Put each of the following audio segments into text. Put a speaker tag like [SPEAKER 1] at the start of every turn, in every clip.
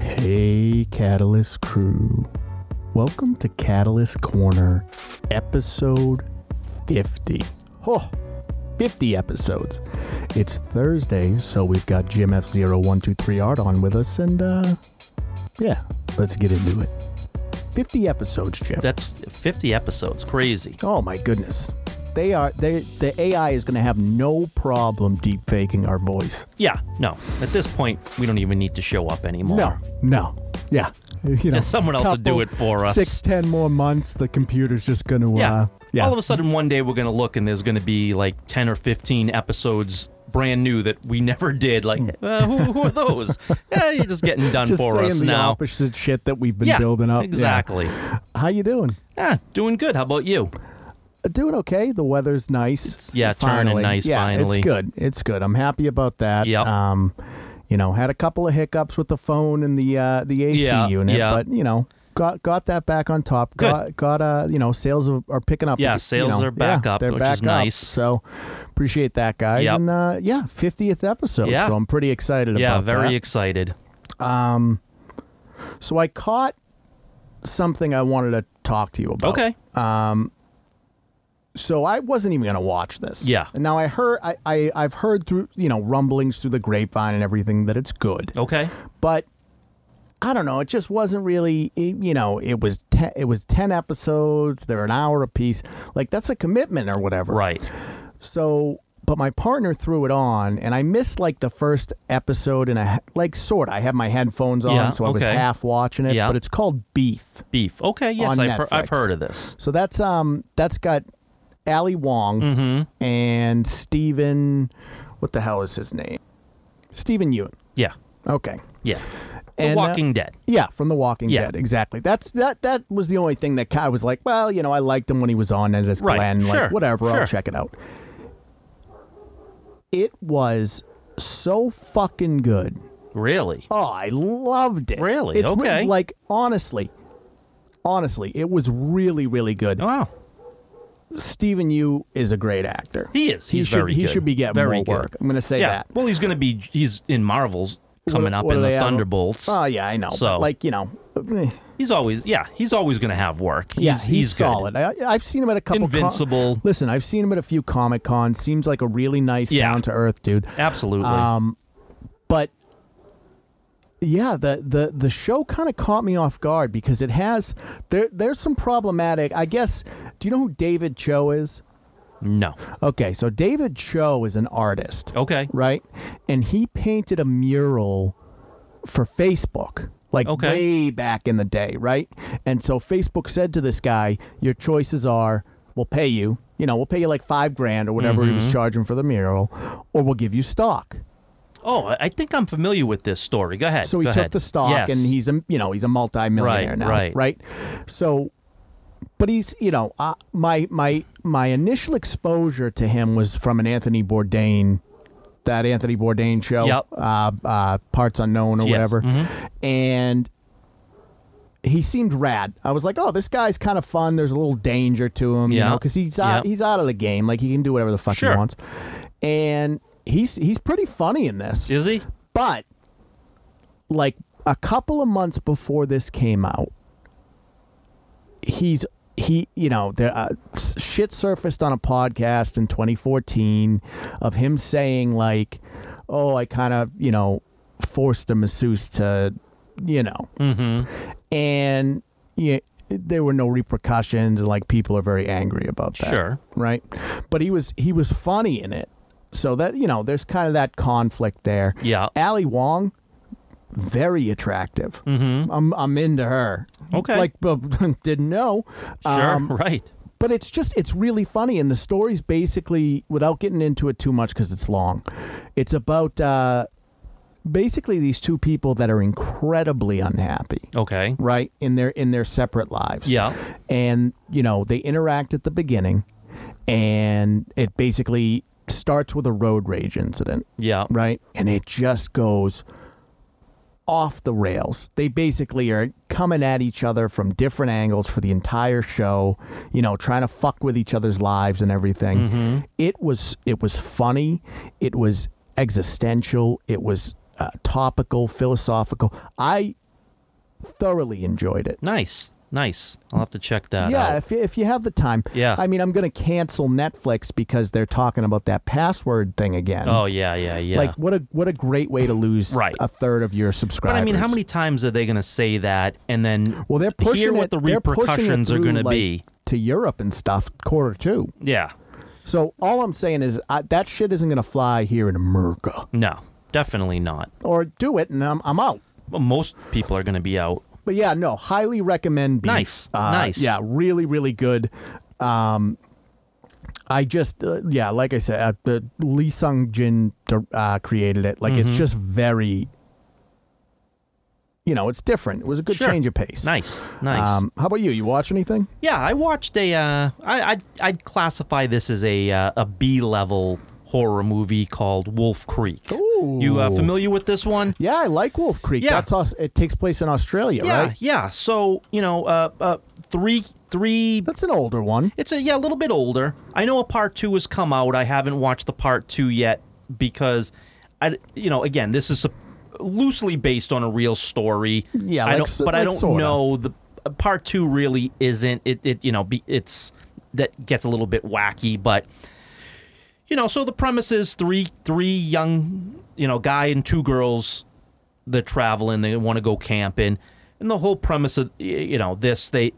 [SPEAKER 1] Hey, Catalyst crew. Welcome to Catalyst Corner, episode 50. Oh, 50 episodes. It's Thursday, so we've got Jim F0123 Art on with us, and uh, yeah, let's get into it. 50 episodes, Jim.
[SPEAKER 2] That's 50 episodes. Crazy.
[SPEAKER 1] Oh my goodness. They are they the AI is going to have no problem deep faking our voice.
[SPEAKER 2] Yeah, no. At this point, we don't even need to show up anymore.
[SPEAKER 1] No. No. Yeah. You know,
[SPEAKER 2] someone else will do
[SPEAKER 1] couple-
[SPEAKER 2] it for us.
[SPEAKER 1] Six, ten more months, the computer's just going to.
[SPEAKER 2] Yeah.
[SPEAKER 1] Uh, yeah.
[SPEAKER 2] All of a sudden, one day we're going to look and there's going to be like 10 or 15 episodes brand new that we never did. Like, uh, who, who are those? yeah, you're just getting done
[SPEAKER 1] just
[SPEAKER 2] for
[SPEAKER 1] saying
[SPEAKER 2] us
[SPEAKER 1] the
[SPEAKER 2] now.
[SPEAKER 1] opposite shit that we've been
[SPEAKER 2] yeah,
[SPEAKER 1] building up. Yeah.
[SPEAKER 2] Exactly.
[SPEAKER 1] How you doing?
[SPEAKER 2] Yeah, doing good. How about you?
[SPEAKER 1] Uh, Doing okay. The weather's nice. It's,
[SPEAKER 2] yeah, turning nice
[SPEAKER 1] Yeah,
[SPEAKER 2] finally.
[SPEAKER 1] it's good. It's good. I'm happy about that.
[SPEAKER 2] Yep.
[SPEAKER 1] Um, you know, had a couple of hiccups with the phone and the uh, the AC
[SPEAKER 2] Yeah,
[SPEAKER 1] unit,
[SPEAKER 2] yeah.
[SPEAKER 1] but you know, got got that back on top. Got
[SPEAKER 2] Good.
[SPEAKER 1] got uh, you know, sales are, are picking up.
[SPEAKER 2] Yeah,
[SPEAKER 1] you
[SPEAKER 2] sales
[SPEAKER 1] know,
[SPEAKER 2] are back
[SPEAKER 1] yeah,
[SPEAKER 2] up,
[SPEAKER 1] They're
[SPEAKER 2] which
[SPEAKER 1] back
[SPEAKER 2] is
[SPEAKER 1] up.
[SPEAKER 2] nice.
[SPEAKER 1] So appreciate that, guys.
[SPEAKER 2] Yep.
[SPEAKER 1] And uh, yeah, 50th episode.
[SPEAKER 2] Yeah.
[SPEAKER 1] So I'm pretty excited
[SPEAKER 2] Yeah,
[SPEAKER 1] about that. Um,
[SPEAKER 2] very excited.
[SPEAKER 1] So I caught something I wanted to talk to you about.
[SPEAKER 2] Okay.
[SPEAKER 1] So I wasn't even gonna watch this.
[SPEAKER 2] Yeah.
[SPEAKER 1] And now I heard I, I I've heard through you know rumblings through the grapevine and everything that it's good,
[SPEAKER 2] Okay.
[SPEAKER 1] but I don't know. It just wasn't really it- you know it was te- it was ten episodes. They're an hour apiece. Like that's a commitment or whatever.
[SPEAKER 2] Right.
[SPEAKER 1] So, but my partner threw it on, and I missed like the first episode, and I like sort. I had my headphones on,
[SPEAKER 2] Yeah,
[SPEAKER 1] so I was
[SPEAKER 2] okay.
[SPEAKER 1] half watching it.
[SPEAKER 2] Yeah.
[SPEAKER 1] But it's called Beef.
[SPEAKER 2] Beef. Okay. Yes,
[SPEAKER 1] On
[SPEAKER 2] I've, heard- I've
[SPEAKER 1] Netflix.
[SPEAKER 2] heard of this.
[SPEAKER 1] So that's um that's got Ali Wong
[SPEAKER 2] Mm-hmm.
[SPEAKER 1] and Steven what the hell is his name? Steven Ewan.
[SPEAKER 2] Yeah.
[SPEAKER 1] Okay.
[SPEAKER 2] Yeah. The
[SPEAKER 1] And, uh,
[SPEAKER 2] Walking Dead.
[SPEAKER 1] Yeah, from The Walking
[SPEAKER 2] Yeah.
[SPEAKER 1] Dead. Exactly. That's that that was the only thing that ki- I was like, well, you know, I liked him when he was on and as
[SPEAKER 2] Right,
[SPEAKER 1] Glenn,
[SPEAKER 2] sure,
[SPEAKER 1] like whatever, I'll
[SPEAKER 2] sure.
[SPEAKER 1] check it out. It was so fucking good.
[SPEAKER 2] Really?
[SPEAKER 1] Oh, I loved it.
[SPEAKER 2] Really?
[SPEAKER 1] It's re-
[SPEAKER 2] Okay.
[SPEAKER 1] like honestly. Honestly, it was really, really good.
[SPEAKER 2] Wow.
[SPEAKER 1] Stephen Yu is a great actor.
[SPEAKER 2] He is.
[SPEAKER 1] He
[SPEAKER 2] He's
[SPEAKER 1] should.
[SPEAKER 2] very
[SPEAKER 1] he
[SPEAKER 2] good.
[SPEAKER 1] should be getting
[SPEAKER 2] Very
[SPEAKER 1] more
[SPEAKER 2] good.
[SPEAKER 1] work. I'm going to say
[SPEAKER 2] yeah.
[SPEAKER 1] that.
[SPEAKER 2] Well, he's going to be. He's in Marvel's
[SPEAKER 1] What-
[SPEAKER 2] coming up
[SPEAKER 1] what
[SPEAKER 2] in
[SPEAKER 1] do
[SPEAKER 2] the
[SPEAKER 1] they have?
[SPEAKER 2] Thunderbolts.
[SPEAKER 1] Oh yeah, I know.
[SPEAKER 2] So-
[SPEAKER 1] But like you know, eh,
[SPEAKER 2] he's always. Yeah. He's always going to have work. He's,
[SPEAKER 1] yeah, he's,
[SPEAKER 2] good.
[SPEAKER 1] solid. I, I've seen him at a couple. con-
[SPEAKER 2] Invincible.
[SPEAKER 1] Listen, I've seen him at a few Comic Cons. Seems like a really nice,
[SPEAKER 2] Yeah.
[SPEAKER 1] down to earth dude.
[SPEAKER 2] Absolutely.
[SPEAKER 1] Um, But yeah, the the the show kind of caught me off guard because it has there there's some problematic. I guess. Do you know who David Cho is?
[SPEAKER 2] no.
[SPEAKER 1] Okay, so David Cho is an artist.
[SPEAKER 2] Okay.
[SPEAKER 1] right? And he painted a mural for Facebook, like
[SPEAKER 2] Okay.
[SPEAKER 1] way back in the day, right? And so Facebook said to this guy, Your choices are we'll pay you, you know, we'll pay you like five grand or whatever he
[SPEAKER 2] Mm-hmm.
[SPEAKER 1] was charging for the mural, or we'll give you stock.
[SPEAKER 2] Oh, I- I think I'm familiar with this story. Go ahead.
[SPEAKER 1] So he
[SPEAKER 2] Go
[SPEAKER 1] took
[SPEAKER 2] ahead.
[SPEAKER 1] the stock
[SPEAKER 2] Yes.
[SPEAKER 1] and he's a you know, he's a multimillionaire
[SPEAKER 2] Right,
[SPEAKER 1] now,
[SPEAKER 2] right.
[SPEAKER 1] So but he's, you know, uh, my my my initial exposure to him was from an Anthony Bourdain that Anthony Bourdain show,
[SPEAKER 2] Yep.
[SPEAKER 1] uh, uh, Parts Unknown or
[SPEAKER 2] Yes, Mm-hmm.
[SPEAKER 1] whatever. And he seemed rad. I was like, oh, this guy's kind of fun. There's a little danger to him, you
[SPEAKER 2] Yeah.
[SPEAKER 1] know, because he's out,
[SPEAKER 2] Yeah.
[SPEAKER 1] he's out of the game. Like he can do whatever the fuck
[SPEAKER 2] Sure.
[SPEAKER 1] he wants. And he's he's pretty funny in this.
[SPEAKER 2] Is he?
[SPEAKER 1] But like a couple of months before this came out, he's he you know there uh, s- shit surfaced on a podcast in 2014 of him saying like, "Oh, I kind of you know forced a masseuse to you know,"
[SPEAKER 2] Mm-hmm.
[SPEAKER 1] and yeah, there were no repercussions, and like people are very angry about that
[SPEAKER 2] Sure.
[SPEAKER 1] right? But he was he was funny in it. So that you know, there's kind of that conflict there.
[SPEAKER 2] Yeah.
[SPEAKER 1] Ali Wong, very attractive. Mm-hmm. I'm I'm into her.
[SPEAKER 2] Okay.
[SPEAKER 1] Like, but didn't know.
[SPEAKER 2] Sure.
[SPEAKER 1] Um,
[SPEAKER 2] right.
[SPEAKER 1] but it's just it's really funny and the story's basically without getting into it too much because it's long it's about uh basically these two people that are incredibly unhappy
[SPEAKER 2] Okay.
[SPEAKER 1] right in their in their separate lives
[SPEAKER 2] Yeah.
[SPEAKER 1] and you know they interact at the beginning and it basically starts with a road rage incident
[SPEAKER 2] Yeah.
[SPEAKER 1] right and it just goes off the rails they basically are coming at each other from different angles for the entire show you know trying to fuck with each other's lives and everything
[SPEAKER 2] Mm-hmm.
[SPEAKER 1] it was it was funny it was existential it was uh, topical philosophical i thoroughly enjoyed it.
[SPEAKER 2] Nice, nice. I'll have to check that
[SPEAKER 1] yeah,
[SPEAKER 2] out.
[SPEAKER 1] if you, if you have the time.
[SPEAKER 2] Yeah.
[SPEAKER 1] I mean, I'm going to cancel Netflix because they're talking about that password thing again.
[SPEAKER 2] Oh yeah, yeah, yeah.
[SPEAKER 1] Like what a what a great way to lose
[SPEAKER 2] Right.
[SPEAKER 1] a third of your subscribers.
[SPEAKER 2] but I mean, how many times are they going to say that, and then
[SPEAKER 1] Well, they're pushing
[SPEAKER 2] hear what
[SPEAKER 1] it-
[SPEAKER 2] the
[SPEAKER 1] they're pushing it
[SPEAKER 2] repercussions are
[SPEAKER 1] through,
[SPEAKER 2] going to
[SPEAKER 1] like,
[SPEAKER 2] be?
[SPEAKER 1] to Europe and stuff quarter two.
[SPEAKER 2] Yeah,
[SPEAKER 1] So all I'm saying is I, that shit isn't going to fly here in America.
[SPEAKER 2] no, definitely not.
[SPEAKER 1] Or do it and I'm I'm out.
[SPEAKER 2] Well, most people are going to be out.
[SPEAKER 1] But yeah, no, highly recommend. Beef.
[SPEAKER 2] Nice,
[SPEAKER 1] Uh,
[SPEAKER 2] nice.
[SPEAKER 1] Yeah, really, really good. Um, I just, uh, yeah, like I said, uh, the Lee Sung Jin dir- uh, created it. Like
[SPEAKER 2] Mm-hmm.
[SPEAKER 1] it's just very, you know, it's different. It was a good
[SPEAKER 2] Sure.
[SPEAKER 1] change of pace.
[SPEAKER 2] Nice, nice.
[SPEAKER 1] Um, how about you? You watch anything?
[SPEAKER 2] yeah, I watched a. Uh, I I'd, I'd classify this as a uh, a B level horror movie called Wolf Creek. You uh,
[SPEAKER 1] Ooh.
[SPEAKER 2] familiar with this one?
[SPEAKER 1] Yeah, I like Wolf Creek.
[SPEAKER 2] Yeah.
[SPEAKER 1] That's us. It takes place in Australia,
[SPEAKER 2] yeah,
[SPEAKER 1] right?
[SPEAKER 2] yeah. So you know, uh, uh, three three
[SPEAKER 1] That's an older one.
[SPEAKER 2] It's a yeah, a little bit older. I know a part two has come out. I haven't watched the part two yet because, I you know again this is a, loosely based on a real story.
[SPEAKER 1] Yeah,
[SPEAKER 2] I
[SPEAKER 1] like
[SPEAKER 2] don't,
[SPEAKER 1] s-
[SPEAKER 2] but I
[SPEAKER 1] like
[SPEAKER 2] don't
[SPEAKER 1] sorta.
[SPEAKER 2] know the uh, part two really isn't it. It you know be, it's that gets a little bit wacky, but you know so the premise is three three young you know guy and two girls they're traveling they want to go camping and the whole premise of y- you know this they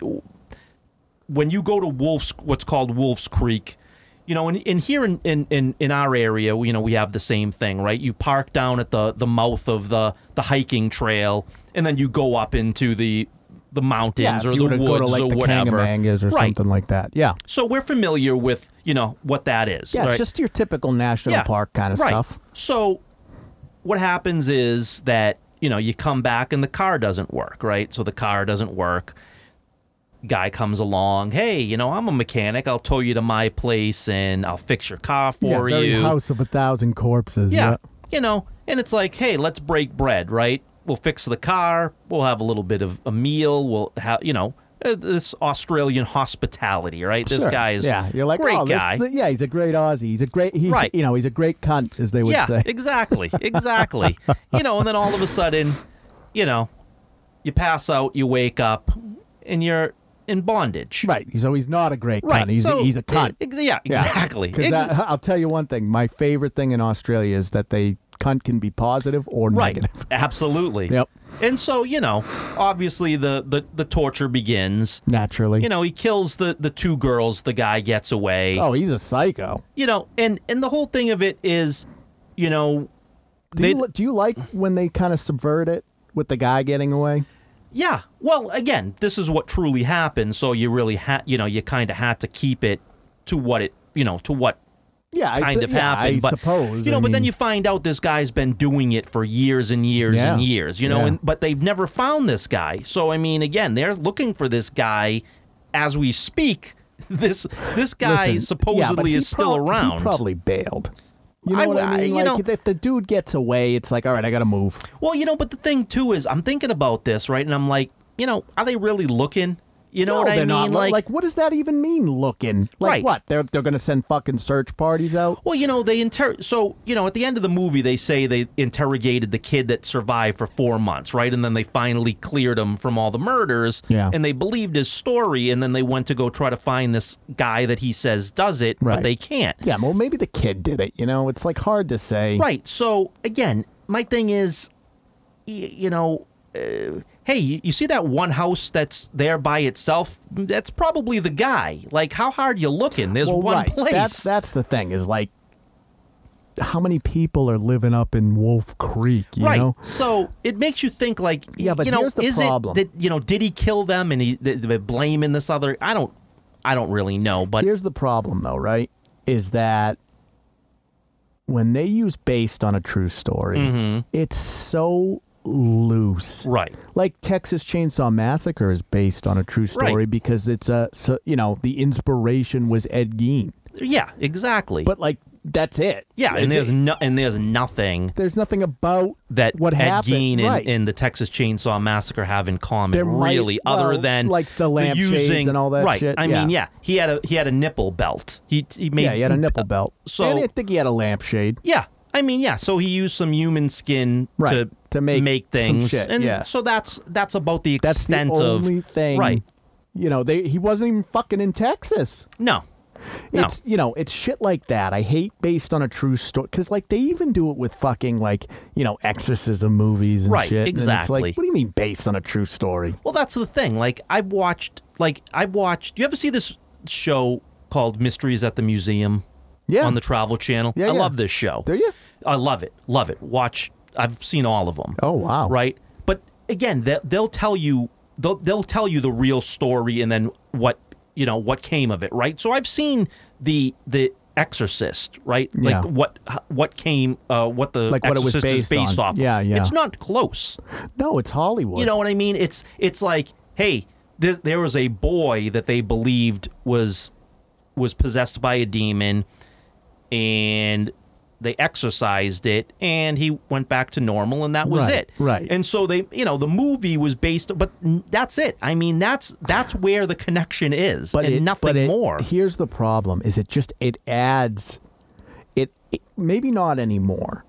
[SPEAKER 2] when you go to wolf's what's called wolf's creek you know and, and here in, in, in, in our area you know we have the same thing right you park down at the, the mouth of the, the hiking trail and then you go up into the the mountains
[SPEAKER 1] if
[SPEAKER 2] or
[SPEAKER 1] you were
[SPEAKER 2] the
[SPEAKER 1] to
[SPEAKER 2] woods
[SPEAKER 1] go to like
[SPEAKER 2] or
[SPEAKER 1] the
[SPEAKER 2] whatever
[SPEAKER 1] Kangamangas or
[SPEAKER 2] right
[SPEAKER 1] something like that. Yeah.
[SPEAKER 2] so we're familiar with you know what that is
[SPEAKER 1] Yeah,
[SPEAKER 2] right?
[SPEAKER 1] it's just your typical national park kind of
[SPEAKER 2] right.
[SPEAKER 1] stuff.
[SPEAKER 2] So what happens is that, you know, you come back and the car doesn't work, right? So the car doesn't work. Guy comes along, hey, you know, I'm a mechanic. I'll tow you to my place and I'll fix your car for
[SPEAKER 1] yeah, very
[SPEAKER 2] you.
[SPEAKER 1] House of a Thousand Corpses.
[SPEAKER 2] yeah. You know, and it's like, hey, let's break bread, right? We'll fix the car. We'll have a little bit of a meal. We'll have, you know, uh, this Australian hospitality, right? This
[SPEAKER 1] Sure.
[SPEAKER 2] guy is
[SPEAKER 1] yeah. You're like
[SPEAKER 2] great
[SPEAKER 1] oh, this-
[SPEAKER 2] guy.
[SPEAKER 1] yeah, he's a great Aussie. He's a great. He,
[SPEAKER 2] Right.
[SPEAKER 1] You know, he's a great cunt, as they would
[SPEAKER 2] yeah,
[SPEAKER 1] say.
[SPEAKER 2] exactly, exactly. you know, and then all of a sudden, you know, you pass out, you wake up, and you're in bondage.
[SPEAKER 1] right. He's always not a great
[SPEAKER 2] Right.
[SPEAKER 1] cunt. He's
[SPEAKER 2] so- e-,
[SPEAKER 1] a, he's a cunt.
[SPEAKER 2] ex- yeah, exactly.
[SPEAKER 1] Because
[SPEAKER 2] Ex-
[SPEAKER 1] I'll tell you one thing. My favorite thing in Australia is that they cunt can be positive or
[SPEAKER 2] right.
[SPEAKER 1] negative.
[SPEAKER 2] Absolutely.
[SPEAKER 1] Yep.
[SPEAKER 2] And so, you know, obviously the, the, the torture begins.
[SPEAKER 1] Naturally.
[SPEAKER 2] You know, he kills the, the two girls, the guy gets away.
[SPEAKER 1] oh, he's a psycho.
[SPEAKER 2] You know, and, and the whole thing of it is, you know,
[SPEAKER 1] Do
[SPEAKER 2] they,
[SPEAKER 1] you, li- do you like when they kind of subvert it with the guy getting away?
[SPEAKER 2] Yeah. Well, again, this is what truly happened. So you really had, you know, you kind of had to keep it to what it, you know, to what
[SPEAKER 1] Yeah, I
[SPEAKER 2] kind
[SPEAKER 1] su-
[SPEAKER 2] of
[SPEAKER 1] yeah,
[SPEAKER 2] happened.
[SPEAKER 1] I
[SPEAKER 2] but
[SPEAKER 1] suppose.
[SPEAKER 2] you know,
[SPEAKER 1] I
[SPEAKER 2] but then
[SPEAKER 1] mean,
[SPEAKER 2] you find out this guy's been doing it for years and years and
[SPEAKER 1] Yeah.
[SPEAKER 2] years. You know,
[SPEAKER 1] Yeah.
[SPEAKER 2] and but they've never found this guy. So I mean, again, they're looking for this guy as we speak. This this guy
[SPEAKER 1] Listen, yeah, but
[SPEAKER 2] supposedly
[SPEAKER 1] he
[SPEAKER 2] is still
[SPEAKER 1] prob-
[SPEAKER 2] around.
[SPEAKER 1] He probably bailed. You know
[SPEAKER 2] I-
[SPEAKER 1] what
[SPEAKER 2] I-
[SPEAKER 1] I mean?
[SPEAKER 2] you
[SPEAKER 1] like
[SPEAKER 2] know-
[SPEAKER 1] if the dude gets away, it's like, all right, I got to move.
[SPEAKER 2] Well, you know, but the thing too is, I'm thinking about this right, and I'm like, you know, are they really looking? You know
[SPEAKER 1] no,
[SPEAKER 2] what I
[SPEAKER 1] they're
[SPEAKER 2] mean?
[SPEAKER 1] not. Like, like, what does that even mean? Looking like
[SPEAKER 2] Right.
[SPEAKER 1] what? They're they're gonna send fucking search parties out.
[SPEAKER 2] Well, you know, they inter so, you know, at the end of the movie they say they interrogated the kid that survived for 4 months, right? And then they finally cleared him from all the murders
[SPEAKER 1] Yeah.
[SPEAKER 2] and they believed his story and then they went to go try to find this guy that he says does it, but
[SPEAKER 1] Right.
[SPEAKER 2] they can't.
[SPEAKER 1] Yeah, well, maybe the kid did it. You know, it's like hard to say.
[SPEAKER 2] Right. So, again, my thing is y- you know, uh, hey, you, you see that one house that's there by itself? That's probably the guy. Like how hard you looking? There's
[SPEAKER 1] Well,
[SPEAKER 2] one
[SPEAKER 1] right.
[SPEAKER 2] place.
[SPEAKER 1] That's that's the thing is like, how many people are living up in Wolf Creek? You
[SPEAKER 2] right.
[SPEAKER 1] know,
[SPEAKER 2] So it makes you think, like,
[SPEAKER 1] Yeah, but
[SPEAKER 2] you know,
[SPEAKER 1] here's the
[SPEAKER 2] is
[SPEAKER 1] problem.
[SPEAKER 2] it that you know, did he kill them and he th- th- blaming this other? I don't, I don't really know, but
[SPEAKER 1] Here's the problem, though, right? Is that when they use based on a true story, it's so loose.
[SPEAKER 2] Mm-hmm. right,
[SPEAKER 1] Like Texas Chainsaw Massacre is based on a true story
[SPEAKER 2] Right.
[SPEAKER 1] because it's a, so, you know, the inspiration was Ed Gein.
[SPEAKER 2] yeah, exactly.
[SPEAKER 1] But like, that's it.
[SPEAKER 2] yeah, and
[SPEAKER 1] It's-
[SPEAKER 2] there's no, and there's nothing
[SPEAKER 1] there's nothing about
[SPEAKER 2] that
[SPEAKER 1] what
[SPEAKER 2] Ed
[SPEAKER 1] happened.
[SPEAKER 2] Gein and,
[SPEAKER 1] right.
[SPEAKER 2] and the Texas Chainsaw Massacre have in common,
[SPEAKER 1] There might-
[SPEAKER 2] really, other
[SPEAKER 1] well,
[SPEAKER 2] than
[SPEAKER 1] like the lampshades
[SPEAKER 2] using,
[SPEAKER 1] and all that
[SPEAKER 2] right.
[SPEAKER 1] shit,
[SPEAKER 2] I
[SPEAKER 1] yeah.
[SPEAKER 2] mean, yeah, he had a he had a nipple belt. He he made
[SPEAKER 1] yeah, he had a nipple belt.
[SPEAKER 2] so-
[SPEAKER 1] and I think he had a lampshade.
[SPEAKER 2] Yeah, I mean, yeah. So he used some human skin
[SPEAKER 1] Right,
[SPEAKER 2] to
[SPEAKER 1] to make some
[SPEAKER 2] things,
[SPEAKER 1] shit,
[SPEAKER 2] and
[SPEAKER 1] yeah.
[SPEAKER 2] so that's that's about the
[SPEAKER 1] That's the
[SPEAKER 2] extent
[SPEAKER 1] only
[SPEAKER 2] of
[SPEAKER 1] thing.
[SPEAKER 2] right.
[SPEAKER 1] You know, they he wasn't even fucking in Texas.
[SPEAKER 2] No, No.
[SPEAKER 1] It's you know, it's shit like that. I hate based on a true story because like they even do it with fucking like you know exorcism movies and
[SPEAKER 2] Right,
[SPEAKER 1] shit. And it's like,
[SPEAKER 2] exactly.
[SPEAKER 1] what do you mean based on a true story?
[SPEAKER 2] Well, that's the thing. Like I've watched, like I've watched. You ever see this show called Mysteries at the Museum?
[SPEAKER 1] Yeah.
[SPEAKER 2] On the Travel Channel.
[SPEAKER 1] Yeah,
[SPEAKER 2] I
[SPEAKER 1] yeah.
[SPEAKER 2] love this show.
[SPEAKER 1] Do you?
[SPEAKER 2] I love it. Love it. Watch. I've seen all of them.
[SPEAKER 1] Oh wow.
[SPEAKER 2] Right. But again, they, they'll tell you they'll they'll tell you the real story and then what you know what came of it. Right. So I've seen the the Exorcist. Right.
[SPEAKER 1] Yeah.
[SPEAKER 2] Like what what came uh, what the
[SPEAKER 1] Like what it was
[SPEAKER 2] Exorcist is
[SPEAKER 1] based on.
[SPEAKER 2] based off. of.
[SPEAKER 1] Yeah, yeah.
[SPEAKER 2] It's not close.
[SPEAKER 1] No, it's Hollywood.
[SPEAKER 2] You know what I mean? It's it's like, hey, there, there was a boy that they believed was was possessed by a demon, and they exorcised it, and he went back to normal, and that was
[SPEAKER 1] Right,
[SPEAKER 2] it.
[SPEAKER 1] right.
[SPEAKER 2] And so they, you know, the movie was based, but n- that's it. I mean, that's that's where the connection is, and
[SPEAKER 1] it-
[SPEAKER 2] nothing
[SPEAKER 1] it-
[SPEAKER 2] more.
[SPEAKER 1] Here's the problem: is it just it adds, it, it maybe not anymore,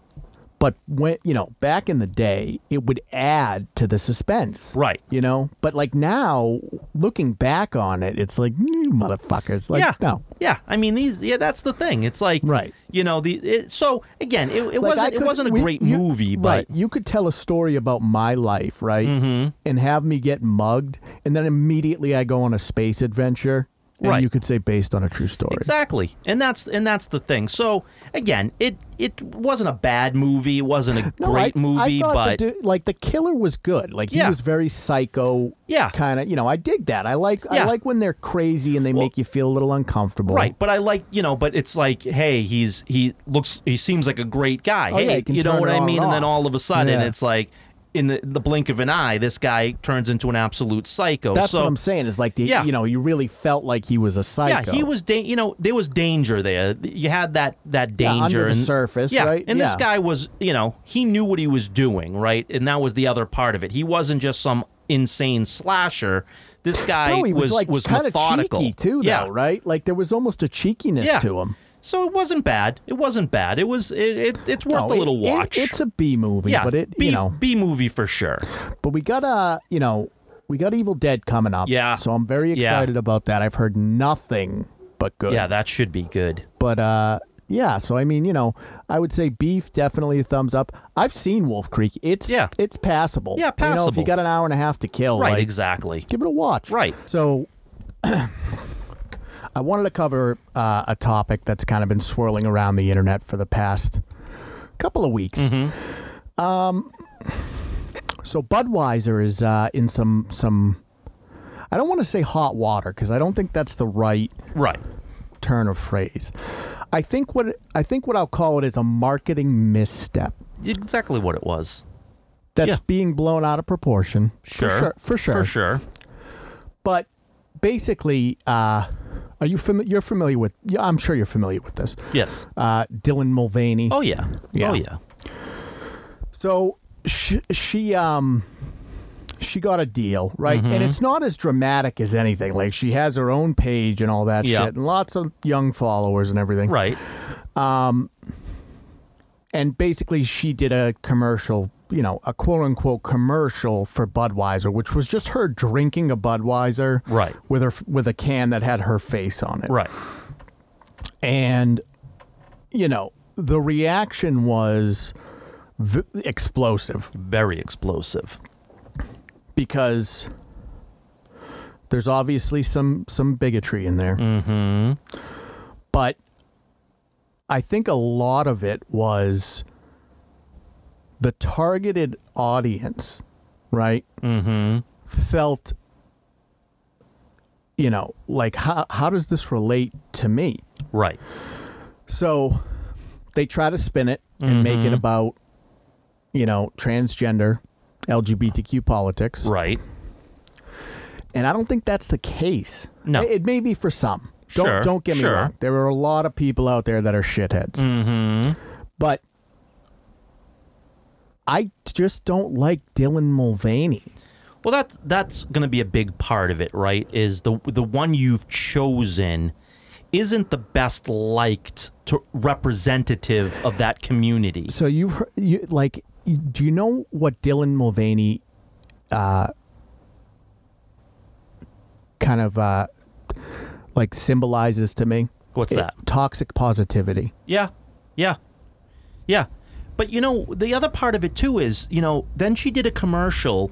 [SPEAKER 1] but when you know back in the day, it would add to the suspense,
[SPEAKER 2] Right.
[SPEAKER 1] You know, but like now, looking back on it, it's like "Mm, you motherfuckers, like
[SPEAKER 2] yeah.
[SPEAKER 1] no.
[SPEAKER 2] Yeah. I mean, these. Yeah, that's the thing. It's like,
[SPEAKER 1] Right.
[SPEAKER 2] You know, the it, so again, it, it
[SPEAKER 1] Like, I
[SPEAKER 2] wasn't
[SPEAKER 1] could-
[SPEAKER 2] it wasn't a
[SPEAKER 1] we-
[SPEAKER 2] great
[SPEAKER 1] you-
[SPEAKER 2] movie,
[SPEAKER 1] right?
[SPEAKER 2] but Mm-hmm.
[SPEAKER 1] You could tell a story about my life, right, and have me get mugged, and then immediately I go on a space adventure, and
[SPEAKER 2] Right.
[SPEAKER 1] You could say based on a true story,
[SPEAKER 2] Exactly, and that's and that's the thing. So again, it it wasn't a bad movie. It wasn't a
[SPEAKER 1] No,
[SPEAKER 2] great
[SPEAKER 1] I,
[SPEAKER 2] movie,
[SPEAKER 1] I thought
[SPEAKER 2] but
[SPEAKER 1] the dude, like the killer was good. Like he
[SPEAKER 2] Yeah.
[SPEAKER 1] was very psycho.
[SPEAKER 2] Yeah.
[SPEAKER 1] kind of. You know, I dig that. I like. I
[SPEAKER 2] Yeah.
[SPEAKER 1] like when they're crazy and they
[SPEAKER 2] Well-
[SPEAKER 1] make you feel a little uncomfortable.
[SPEAKER 2] right. But I like you know. But it's like, hey, he's he looks he seems like a great guy.
[SPEAKER 1] Oh,
[SPEAKER 2] hey,
[SPEAKER 1] yeah, he can
[SPEAKER 2] you know
[SPEAKER 1] turn
[SPEAKER 2] what
[SPEAKER 1] it
[SPEAKER 2] I
[SPEAKER 1] on
[SPEAKER 2] mean?
[SPEAKER 1] and
[SPEAKER 2] And then
[SPEAKER 1] off.
[SPEAKER 2] all of a sudden,
[SPEAKER 1] Yeah.
[SPEAKER 2] it's like in the, the blink of an eye, this guy turns into an absolute psycho.
[SPEAKER 1] That's
[SPEAKER 2] so
[SPEAKER 1] what I'm saying. Is like the.
[SPEAKER 2] Yeah.
[SPEAKER 1] You know, you really felt like he was a
[SPEAKER 2] yeah,
[SPEAKER 1] psycho.
[SPEAKER 2] he was. Da- you know, there was danger there. You had that that
[SPEAKER 1] Yeah,
[SPEAKER 2] danger
[SPEAKER 1] under the
[SPEAKER 2] and,
[SPEAKER 1] surface,
[SPEAKER 2] Yeah,
[SPEAKER 1] right?
[SPEAKER 2] and this
[SPEAKER 1] Yeah.
[SPEAKER 2] guy was. You know, he knew what he was doing, right? And that was the other part of it. He wasn't just some insane slasher. This guy
[SPEAKER 1] No, he was, like kind of
[SPEAKER 2] methodical
[SPEAKER 1] cheeky too,
[SPEAKER 2] yeah.
[SPEAKER 1] though, right? Like there was almost a cheekiness
[SPEAKER 2] Yeah.
[SPEAKER 1] to him.
[SPEAKER 2] So it wasn't bad. It wasn't bad. It was. It, it it's
[SPEAKER 1] No,
[SPEAKER 2] worth a
[SPEAKER 1] it-
[SPEAKER 2] little
[SPEAKER 1] it-
[SPEAKER 2] watch.
[SPEAKER 1] it's a B movie,
[SPEAKER 2] yeah,
[SPEAKER 1] but it
[SPEAKER 2] B,
[SPEAKER 1] you know
[SPEAKER 2] B movie for sure.
[SPEAKER 1] But we got uh, you know, we got Evil Dead coming up.
[SPEAKER 2] Yeah.
[SPEAKER 1] So I'm very
[SPEAKER 2] Yeah.
[SPEAKER 1] excited about that. I've heard nothing but good.
[SPEAKER 2] Yeah, that should be good.
[SPEAKER 1] But uh yeah, so I mean, you know, I would say beef definitely a thumbs up. I've seen Wolf Creek. It's
[SPEAKER 2] Yeah.
[SPEAKER 1] it's passable.
[SPEAKER 2] Yeah,
[SPEAKER 1] You know, if you
[SPEAKER 2] passable.
[SPEAKER 1] got an hour and a half to kill,
[SPEAKER 2] Right,
[SPEAKER 1] like,
[SPEAKER 2] exactly.
[SPEAKER 1] give it a watch.
[SPEAKER 2] Right.
[SPEAKER 1] So I wanted to cover uh, a topic that's kind of been swirling around the internet for the past couple of weeks. Um,
[SPEAKER 2] Mm-hmm.
[SPEAKER 1] so Budweiser is uh, in some some. I don't want to say hot water because I don't think that's the right
[SPEAKER 2] Right.
[SPEAKER 1] turn of phrase. I think what I think what I'll call it is a marketing misstep
[SPEAKER 2] Exactly what it was.
[SPEAKER 1] that's
[SPEAKER 2] Yeah.
[SPEAKER 1] being blown out of proportion.
[SPEAKER 2] Sure.
[SPEAKER 1] for sure, for sure.
[SPEAKER 2] For sure.
[SPEAKER 1] But basically, uh, are you fami- you're familiar with? yeah, I'm sure you're familiar with this.
[SPEAKER 2] Yes.
[SPEAKER 1] Uh, Dylan Mulvaney.
[SPEAKER 2] Oh yeah.
[SPEAKER 1] Yeah.
[SPEAKER 2] Oh yeah.
[SPEAKER 1] So she, she um she got a deal, right?
[SPEAKER 2] Mm-hmm.
[SPEAKER 1] And it's not as dramatic as anything. Like she has her own page and all that
[SPEAKER 2] Yeah.
[SPEAKER 1] shit and lots of young followers and everything.
[SPEAKER 2] Right.
[SPEAKER 1] And basically she did a commercial, you know, a quote unquote commercial for Budweiser, which was just her drinking a Budweiser
[SPEAKER 2] Right.
[SPEAKER 1] with her with a can that had her face on it.
[SPEAKER 2] Right.
[SPEAKER 1] And you know, the reaction was v- explosive.
[SPEAKER 2] Very explosive.
[SPEAKER 1] because there's obviously some some bigotry in there.
[SPEAKER 2] Mm.
[SPEAKER 1] Mm-hmm. But I think a lot of it was the targeted audience, right? Mm-hmm. Felt, you know, like how how does this relate to me?
[SPEAKER 2] Right.
[SPEAKER 1] So they try to spin it and make
[SPEAKER 2] Mm-hmm.
[SPEAKER 1] it about, you know, transgender, LGBTQ politics.
[SPEAKER 2] Right.
[SPEAKER 1] And I don't think that's the case.
[SPEAKER 2] No.
[SPEAKER 1] It may be for some. Don't
[SPEAKER 2] Sure,
[SPEAKER 1] don't get me
[SPEAKER 2] sure.
[SPEAKER 1] wrong. There are a lot of people out there that are shitheads. Mm-hmm. But I just don't like Dylan Mulvaney.
[SPEAKER 2] Well, that's that's going to be a big part of it, right? Is the the one you've chosen isn't the best liked to representative of that community.
[SPEAKER 1] So you've heard, you like do you know what Dylan Mulvaney uh kind of uh like symbolizes to me?
[SPEAKER 2] What's that?
[SPEAKER 1] Toxic positivity.
[SPEAKER 2] Yeah, yeah, yeah. But you know, the other part of it too is, you know, then she did a commercial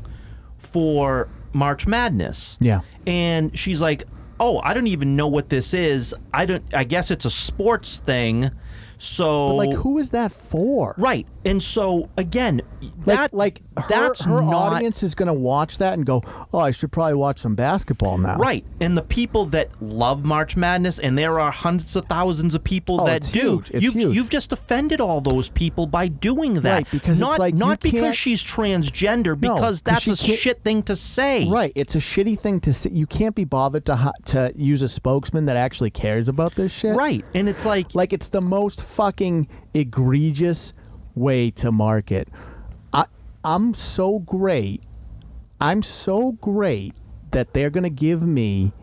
[SPEAKER 2] for March Madness.
[SPEAKER 1] Yeah.
[SPEAKER 2] and she's like, "Oh, I don't even know what this is. I don't. I guess it's a sports thing." So,
[SPEAKER 1] Like who is that for?
[SPEAKER 2] Oh. right? And so again,
[SPEAKER 1] Like,
[SPEAKER 2] that
[SPEAKER 1] like her,
[SPEAKER 2] that's
[SPEAKER 1] her
[SPEAKER 2] not
[SPEAKER 1] audience is going to watch that and go, "Oh, I should probably watch some basketball now."
[SPEAKER 2] Right, and the people that love March Madness, and there are hundreds of thousands of people
[SPEAKER 1] Oh,
[SPEAKER 2] that
[SPEAKER 1] it's
[SPEAKER 2] do.
[SPEAKER 1] huge. It's
[SPEAKER 2] you've,
[SPEAKER 1] huge.
[SPEAKER 2] you've just offended all those people by doing that.
[SPEAKER 1] Right, because it's
[SPEAKER 2] not
[SPEAKER 1] like, you
[SPEAKER 2] not
[SPEAKER 1] can't-
[SPEAKER 2] because she's transgender,
[SPEAKER 1] No,
[SPEAKER 2] because
[SPEAKER 1] 'cause
[SPEAKER 2] that's
[SPEAKER 1] she
[SPEAKER 2] a
[SPEAKER 1] can't-
[SPEAKER 2] shit thing to say.
[SPEAKER 1] Right, it's a shitty thing to say. You can't be bothered to ha- to use a spokesman that actually cares about this shit.
[SPEAKER 2] right, and it's like
[SPEAKER 1] Like it's the most fucking egregious way to market. I I'm so great. I'm so great that they're going to give me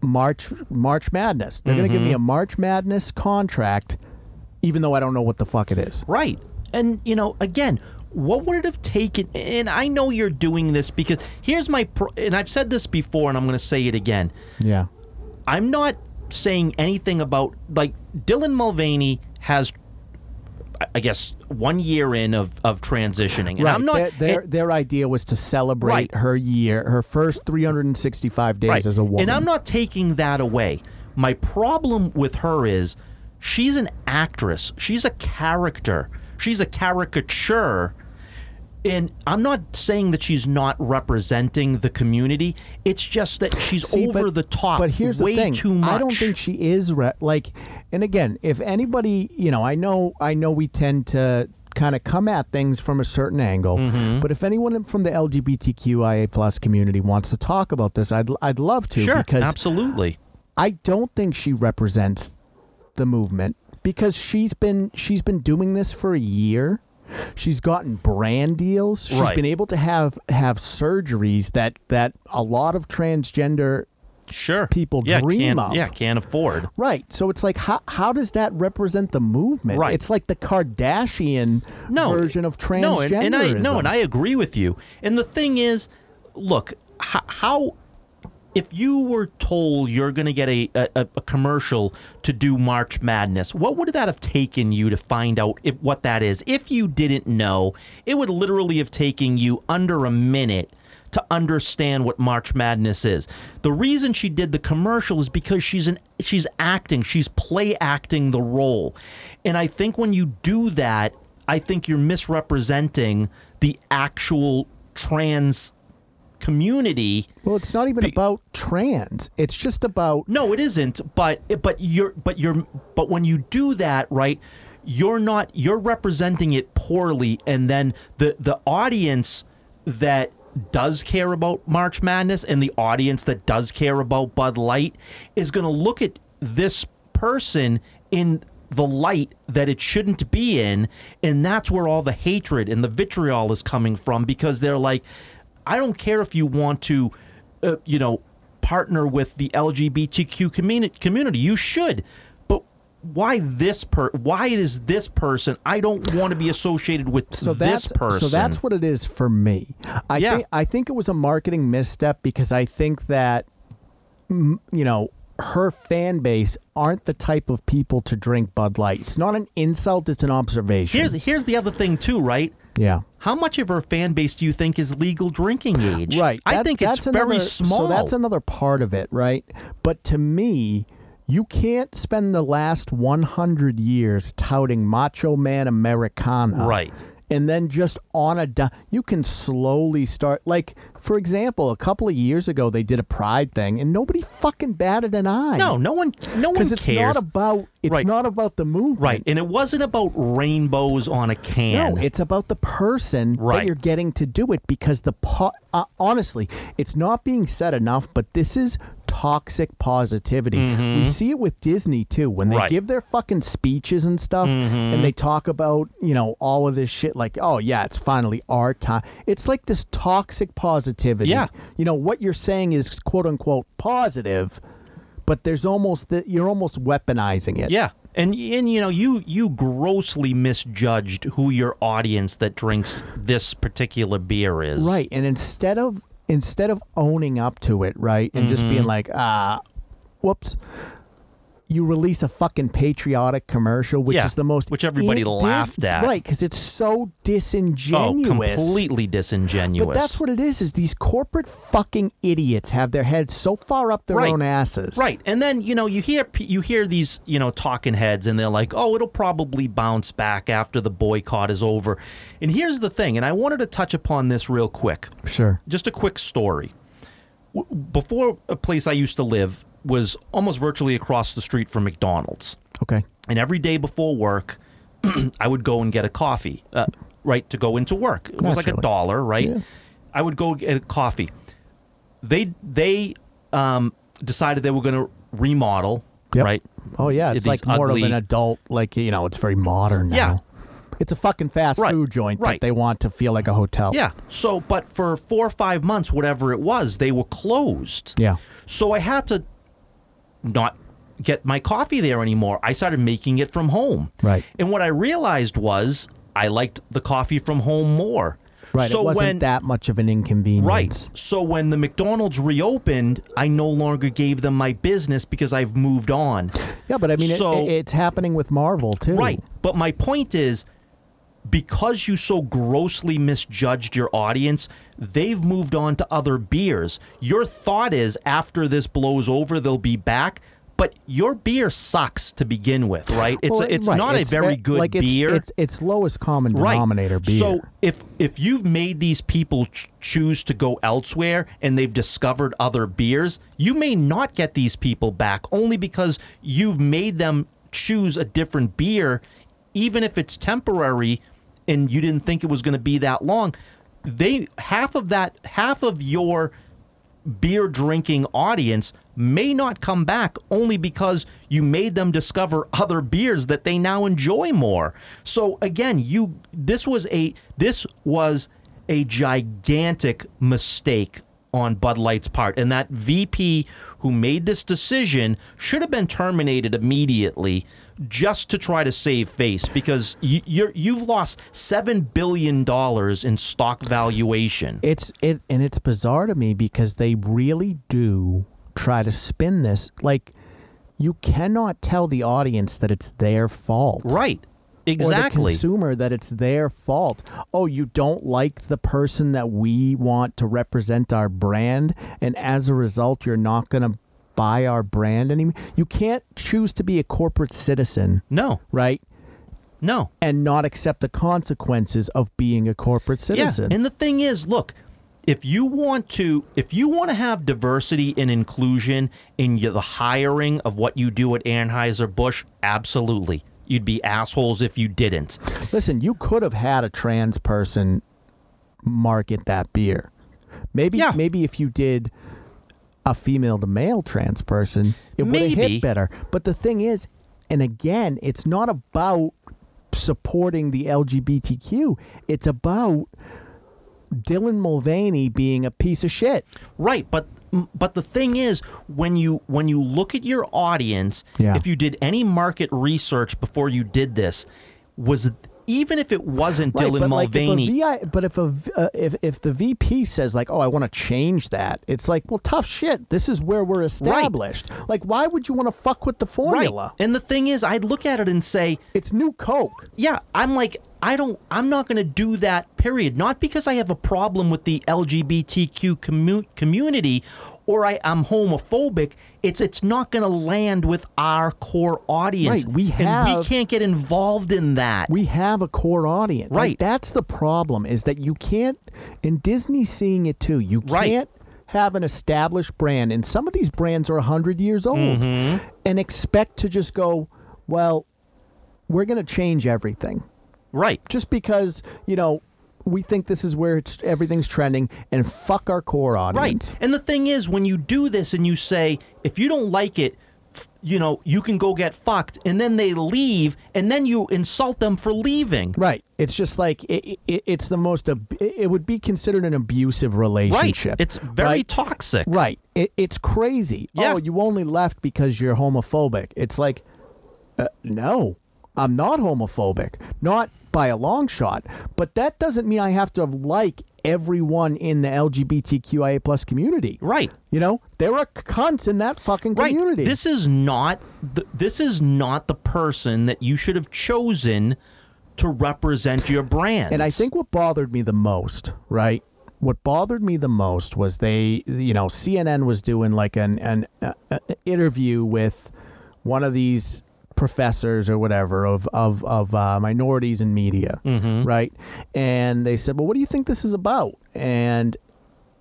[SPEAKER 1] March March Madness. They're going to give me a
[SPEAKER 2] Mm-hmm.
[SPEAKER 1] March Madness contract even though I don't know what the fuck it is.
[SPEAKER 2] Right. And, you know, again, what would it have taken? And I know you're doing this because here's my, pro- and I've said this before and I'm going to say it again.
[SPEAKER 1] Yeah.
[SPEAKER 2] I'm not saying anything about, like, Dylan Mulvaney has, I- I guess, one year in of, of transitioning. And
[SPEAKER 1] Right.
[SPEAKER 2] I'm not,
[SPEAKER 1] their, their,
[SPEAKER 2] and-
[SPEAKER 1] their idea was to celebrate
[SPEAKER 2] Right.
[SPEAKER 1] her year, her first 365 days
[SPEAKER 2] right.
[SPEAKER 1] as a woman.
[SPEAKER 2] And I'm not taking that away. My problem with her is she's an actress, she's a character, she's a caricature. And I'm not saying that she's not representing the community. It's just that she's
[SPEAKER 1] See,
[SPEAKER 2] over
[SPEAKER 1] but-
[SPEAKER 2] the top.
[SPEAKER 1] But here's
[SPEAKER 2] way
[SPEAKER 1] the thing:
[SPEAKER 2] too much.
[SPEAKER 1] I don't think she is re- like. And again, if anybody, you know, I know, I know, we tend to kind of come at things from a certain angle.
[SPEAKER 2] Mm-hmm.
[SPEAKER 1] But if anyone from the LGBTQIA plus community wants to talk about this, I'd I'd love to
[SPEAKER 2] sure,
[SPEAKER 1] because
[SPEAKER 2] absolutely.
[SPEAKER 1] I don't think she represents the movement because she's been she's been doing this for a year. She's gotten brand deals. She's
[SPEAKER 2] Right.
[SPEAKER 1] been able to have have surgeries that that a lot of transgender
[SPEAKER 2] Sure.
[SPEAKER 1] people
[SPEAKER 2] yeah,
[SPEAKER 1] dream
[SPEAKER 2] can't,
[SPEAKER 1] of.
[SPEAKER 2] Yeah, can't afford.
[SPEAKER 1] Right. So it's like how how does that represent the movement?
[SPEAKER 2] Right.
[SPEAKER 1] It's like the Kardashian
[SPEAKER 2] no,
[SPEAKER 1] version of transgenderism.
[SPEAKER 2] No, and, and I no, and I agree with you. And the thing is, look, how, how if you were told you're going to get a, a a commercial to do March Madness, what would that have taken you to find out if what that is? If you didn't know, it would literally have taken you under a minute to understand what March Madness is. The reason she did the commercial is because she's an she's acting, she's play acting the role. And I think when you do that, I think you're misrepresenting the actual trans community.
[SPEAKER 1] Well, it's not even about trans. It's just about
[SPEAKER 2] No, it isn't, but but you're but you're but when you do that, right, you're not you're representing it poorly and then the the audience that does care about March Madness and the audience that does care about Bud Light is going to look at this person in the light that it shouldn't be in and that's where all the hatred and the vitriol is coming from because they're like I don't care if you want to uh, you know partner with the LGBTQ communi- community you should but why this per why is this person I don't want to be associated with
[SPEAKER 1] so
[SPEAKER 2] this
[SPEAKER 1] that's
[SPEAKER 2] person
[SPEAKER 1] so that's what it is for me. I
[SPEAKER 2] Yeah.
[SPEAKER 1] think, I think it was a marketing misstep because I think that mm, you know her fan base aren't the type of people to drink Bud Light. It's not an insult. It's an observation.
[SPEAKER 2] here's here's the other thing too right
[SPEAKER 1] yeah.
[SPEAKER 2] how much of her fan base do you think is legal drinking age?
[SPEAKER 1] Right.
[SPEAKER 2] I
[SPEAKER 1] That-
[SPEAKER 2] think it's
[SPEAKER 1] that's
[SPEAKER 2] very
[SPEAKER 1] another-
[SPEAKER 2] small.
[SPEAKER 1] So that's another part of it, right? But to me, you can't spend the last 100 years touting Macho Man Americana.
[SPEAKER 2] Right.
[SPEAKER 1] And then just on a di- you can slowly start like for example, a couple of years ago they did a pride thing and nobody fucking batted an eye.
[SPEAKER 2] no, no one, no one
[SPEAKER 1] Cuz it's
[SPEAKER 2] cares.
[SPEAKER 1] not about it's
[SPEAKER 2] Right.
[SPEAKER 1] not about the movement.
[SPEAKER 2] right, and it wasn't about rainbows on a can.
[SPEAKER 1] No, it's about the person
[SPEAKER 2] Right.
[SPEAKER 1] that you're getting to do it because the po- uh, honestly, it's not being said enough, but this is toxic positivity. We see it with Disney too when they
[SPEAKER 2] Mm-hmm. Right. Mm-hmm.
[SPEAKER 1] give their fucking speeches and stuff and they talk about, you know, all of this shit like, "Oh yeah, it's finally our time." It's like this toxic positivity.
[SPEAKER 2] Yeah.
[SPEAKER 1] You know, what you're saying is quote unquote positive, but there's almost that you're almost weaponizing it.
[SPEAKER 2] Yeah. And and you know, you you grossly misjudged who your audience that drinks this particular beer is.
[SPEAKER 1] Right. And instead of instead of owning up to it, right, and just
[SPEAKER 2] Mm-hmm.
[SPEAKER 1] being like, ah, whoops, you release a fucking patriotic commercial, which
[SPEAKER 2] Yeah,
[SPEAKER 1] is the most
[SPEAKER 2] which everybody laughed at.
[SPEAKER 1] right? Because it's so
[SPEAKER 2] Oh,
[SPEAKER 1] disingenuous.
[SPEAKER 2] completely disingenuous.
[SPEAKER 1] But that's what it is: is these corporate fucking idiots have their heads so far up their
[SPEAKER 2] Right.
[SPEAKER 1] own asses,
[SPEAKER 2] Right, and then you know you hear p- you hear these you know talking heads, and they're like, "Oh, it'll probably bounce back after the boycott is over." And here's the thing, and I wanted to touch upon this real quick,
[SPEAKER 1] Sure.
[SPEAKER 2] just a quick story. W- Before a place I used to live was almost virtually across the street from McDonald's,
[SPEAKER 1] Okay.
[SPEAKER 2] and every day before work, I would go and get a coffee, uh, right, to go into work. It was like a
[SPEAKER 1] Naturally.
[SPEAKER 2] dollar, right?
[SPEAKER 1] Yeah.
[SPEAKER 2] I would go get a coffee. They they um, decided they were going to remodel,
[SPEAKER 1] Yep.
[SPEAKER 2] right?
[SPEAKER 1] Oh yeah, it's
[SPEAKER 2] These
[SPEAKER 1] like more of
[SPEAKER 2] ugly-
[SPEAKER 1] an adult, like you know, it's very modern now.
[SPEAKER 2] Yeah.
[SPEAKER 1] It's a fucking fast
[SPEAKER 2] Right,
[SPEAKER 1] food joint
[SPEAKER 2] right.
[SPEAKER 1] that they want to feel like a hotel.
[SPEAKER 2] Yeah. So, but for four or five months, whatever it was, they were closed.
[SPEAKER 1] Yeah.
[SPEAKER 2] So I had to not get my coffee there anymore. I started making it from home.
[SPEAKER 1] Right.
[SPEAKER 2] And what I realized was I liked the coffee from home more.
[SPEAKER 1] Right.
[SPEAKER 2] So
[SPEAKER 1] it wasn't
[SPEAKER 2] when,
[SPEAKER 1] that much of an inconvenience.
[SPEAKER 2] Right. So when the McDonald's reopened, I no longer gave them my business because I've moved on.
[SPEAKER 1] Yeah, but I mean, it-
[SPEAKER 2] So-
[SPEAKER 1] it, it's happening with Marvel too.
[SPEAKER 2] Right. But my point is because you so grossly misjudged your audience, they've moved on to other beers. Your thought is after this blows over, they'll be back. But your beer sucks to begin with, right? It's
[SPEAKER 1] Well,
[SPEAKER 2] a, it's
[SPEAKER 1] right,
[SPEAKER 2] not a very
[SPEAKER 1] ve-
[SPEAKER 2] good
[SPEAKER 1] like it's,
[SPEAKER 2] beer.
[SPEAKER 1] It's, it's lowest common
[SPEAKER 2] right.
[SPEAKER 1] denominator beer.
[SPEAKER 2] So if if you've made these people ch- choose to go elsewhere and they've discovered other beers, you may not get these people back only because you've made them choose a different beer, even if it's temporary, and you didn't think it was going to be that long. They half of that half of your beer drinking audience may not come back only because you made them discover other beers that they now enjoy more. So again, you this was a this was a gigantic mistake on Bud Light's part and that VP who made this decision should have been terminated immediately just to try to save face because you, you're you've lost 7 billion dollars in stock valuation.
[SPEAKER 1] it's it and it's bizarre to me because they really do try to spin this like you cannot tell the audience that it's their fault.
[SPEAKER 2] Right.
[SPEAKER 1] Or the
[SPEAKER 2] Exactly.
[SPEAKER 1] consumer that it's their fault. Oh, you don't like the person that we want to represent our brand, and as a result, you're not going to buy our brand anymore. You can't choose to be a corporate citizen,
[SPEAKER 2] No,
[SPEAKER 1] right?
[SPEAKER 2] no.
[SPEAKER 1] And not accept the consequences of being a corporate citizen.
[SPEAKER 2] Yeah. And the thing is, look, if you want to if you want to have diversity and inclusion in your, the hiring of what you do at Anheuser-Busch, absolutely. You'd be assholes if you didn't.
[SPEAKER 1] Listen, you could have had a trans person market that beer. Maybe
[SPEAKER 2] Yeah.
[SPEAKER 1] maybe if you did a female to male trans person, it would have
[SPEAKER 2] Maybe.
[SPEAKER 1] hit better. But the thing is, and again, it's not about supporting the LGBTQ. It's about Dylan Mulvaney being a piece of shit.
[SPEAKER 2] Right, but but the thing is when you when you look at your audience,
[SPEAKER 1] Yeah.
[SPEAKER 2] if you did any market research before you did this, was even if it wasn't
[SPEAKER 1] Right,
[SPEAKER 2] Dylan
[SPEAKER 1] but like, if a
[SPEAKER 2] Mulvaney,
[SPEAKER 1] VI but if a v- uh, if if the VP says like, "Oh, I want to change that," it's like, well, tough shit. This is where we're established. Like, why would you want to fuck with the formula?
[SPEAKER 2] right. And the thing is, I'd look at it and say,
[SPEAKER 1] It's new Coke.
[SPEAKER 2] yeah, I'm like, I don't, I'm not going to do that, period. Not because I have a problem with the LGBTQ commu- community or I, I'm homophobic. It's it's not going to land with our core audience.
[SPEAKER 1] Right, we
[SPEAKER 2] and we
[SPEAKER 1] have-
[SPEAKER 2] can't get involved in that.
[SPEAKER 1] We have a core audience. Like,
[SPEAKER 2] Right.
[SPEAKER 1] that's the problem is that you can't, and Disney's seeing it too, you
[SPEAKER 2] Right.
[SPEAKER 1] can't have an established brand. And some of these brands are 100 years old
[SPEAKER 2] Mm-hmm.
[SPEAKER 1] and expect to just go, well, we're going to change everything.
[SPEAKER 2] right.
[SPEAKER 1] just because you know we think this is where it's, everything's trending and fuck our core audience.
[SPEAKER 2] Right. And the thing is, when you do this and you say, if you don't like it, f- you know, you can go get fucked, and then they leave, and then you insult them for leaving.
[SPEAKER 1] Right. It's just like it, it, it's the most. ab- It it would be considered an abusive
[SPEAKER 2] Right.
[SPEAKER 1] relationship.
[SPEAKER 2] It's very
[SPEAKER 1] right?
[SPEAKER 2] toxic.
[SPEAKER 1] Right. It, it's crazy.
[SPEAKER 2] Yeah.
[SPEAKER 1] Oh, you only left because you're homophobic. It's like, uh, no, I'm not homophobic. Not by a long shot. But that doesn't mean I have to like everyone in the LGBTQIA plus community.
[SPEAKER 2] Right.
[SPEAKER 1] You know, there are cunts in that fucking
[SPEAKER 2] Right.
[SPEAKER 1] community.
[SPEAKER 2] This is not the, this is not the person that you should have chosen to represent your brand.
[SPEAKER 1] And I think what bothered me the most, right? What bothered me the most was they, you know, CNN was doing like an an uh, uh, interview with one of these professors or whatever of of of uh, minorities in media, right? And they said, "Well, what do you think this is about?" And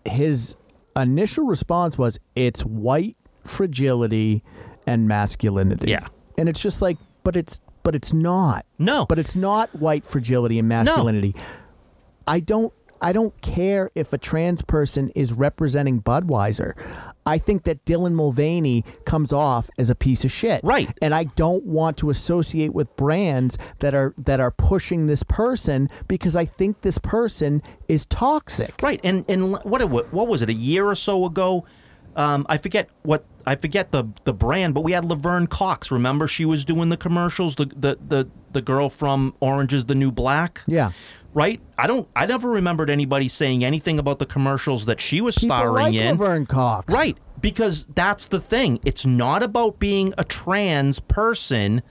[SPEAKER 1] his initial response was, "It's white fragility and masculinity."
[SPEAKER 2] Yeah.
[SPEAKER 1] and it's just like, but it's but it's not.
[SPEAKER 2] no,
[SPEAKER 1] But it's not white fragility and masculinity. I don't I don't care if a trans person is representing Budweiser. I think that Dylan Mulvaney comes off as a piece of shit.
[SPEAKER 2] Right.
[SPEAKER 1] And I don't want to associate with brands that are that are pushing this person because I think this person is toxic.
[SPEAKER 2] Right, and and what it wa- what was it a year or so ago? Um, I forget what I forget the the brand, but we had Laverne Cox. Remember, she was doing the commercials. The the the, the girl from Orange is the New Black.
[SPEAKER 1] Yeah.
[SPEAKER 2] Right. I don't. I never remembered anybody saying anything about the commercials that she was
[SPEAKER 1] People
[SPEAKER 2] starring
[SPEAKER 1] like
[SPEAKER 2] in.
[SPEAKER 1] Laverne Cox.
[SPEAKER 2] Right, because that's the thing. It's not about being a trans person.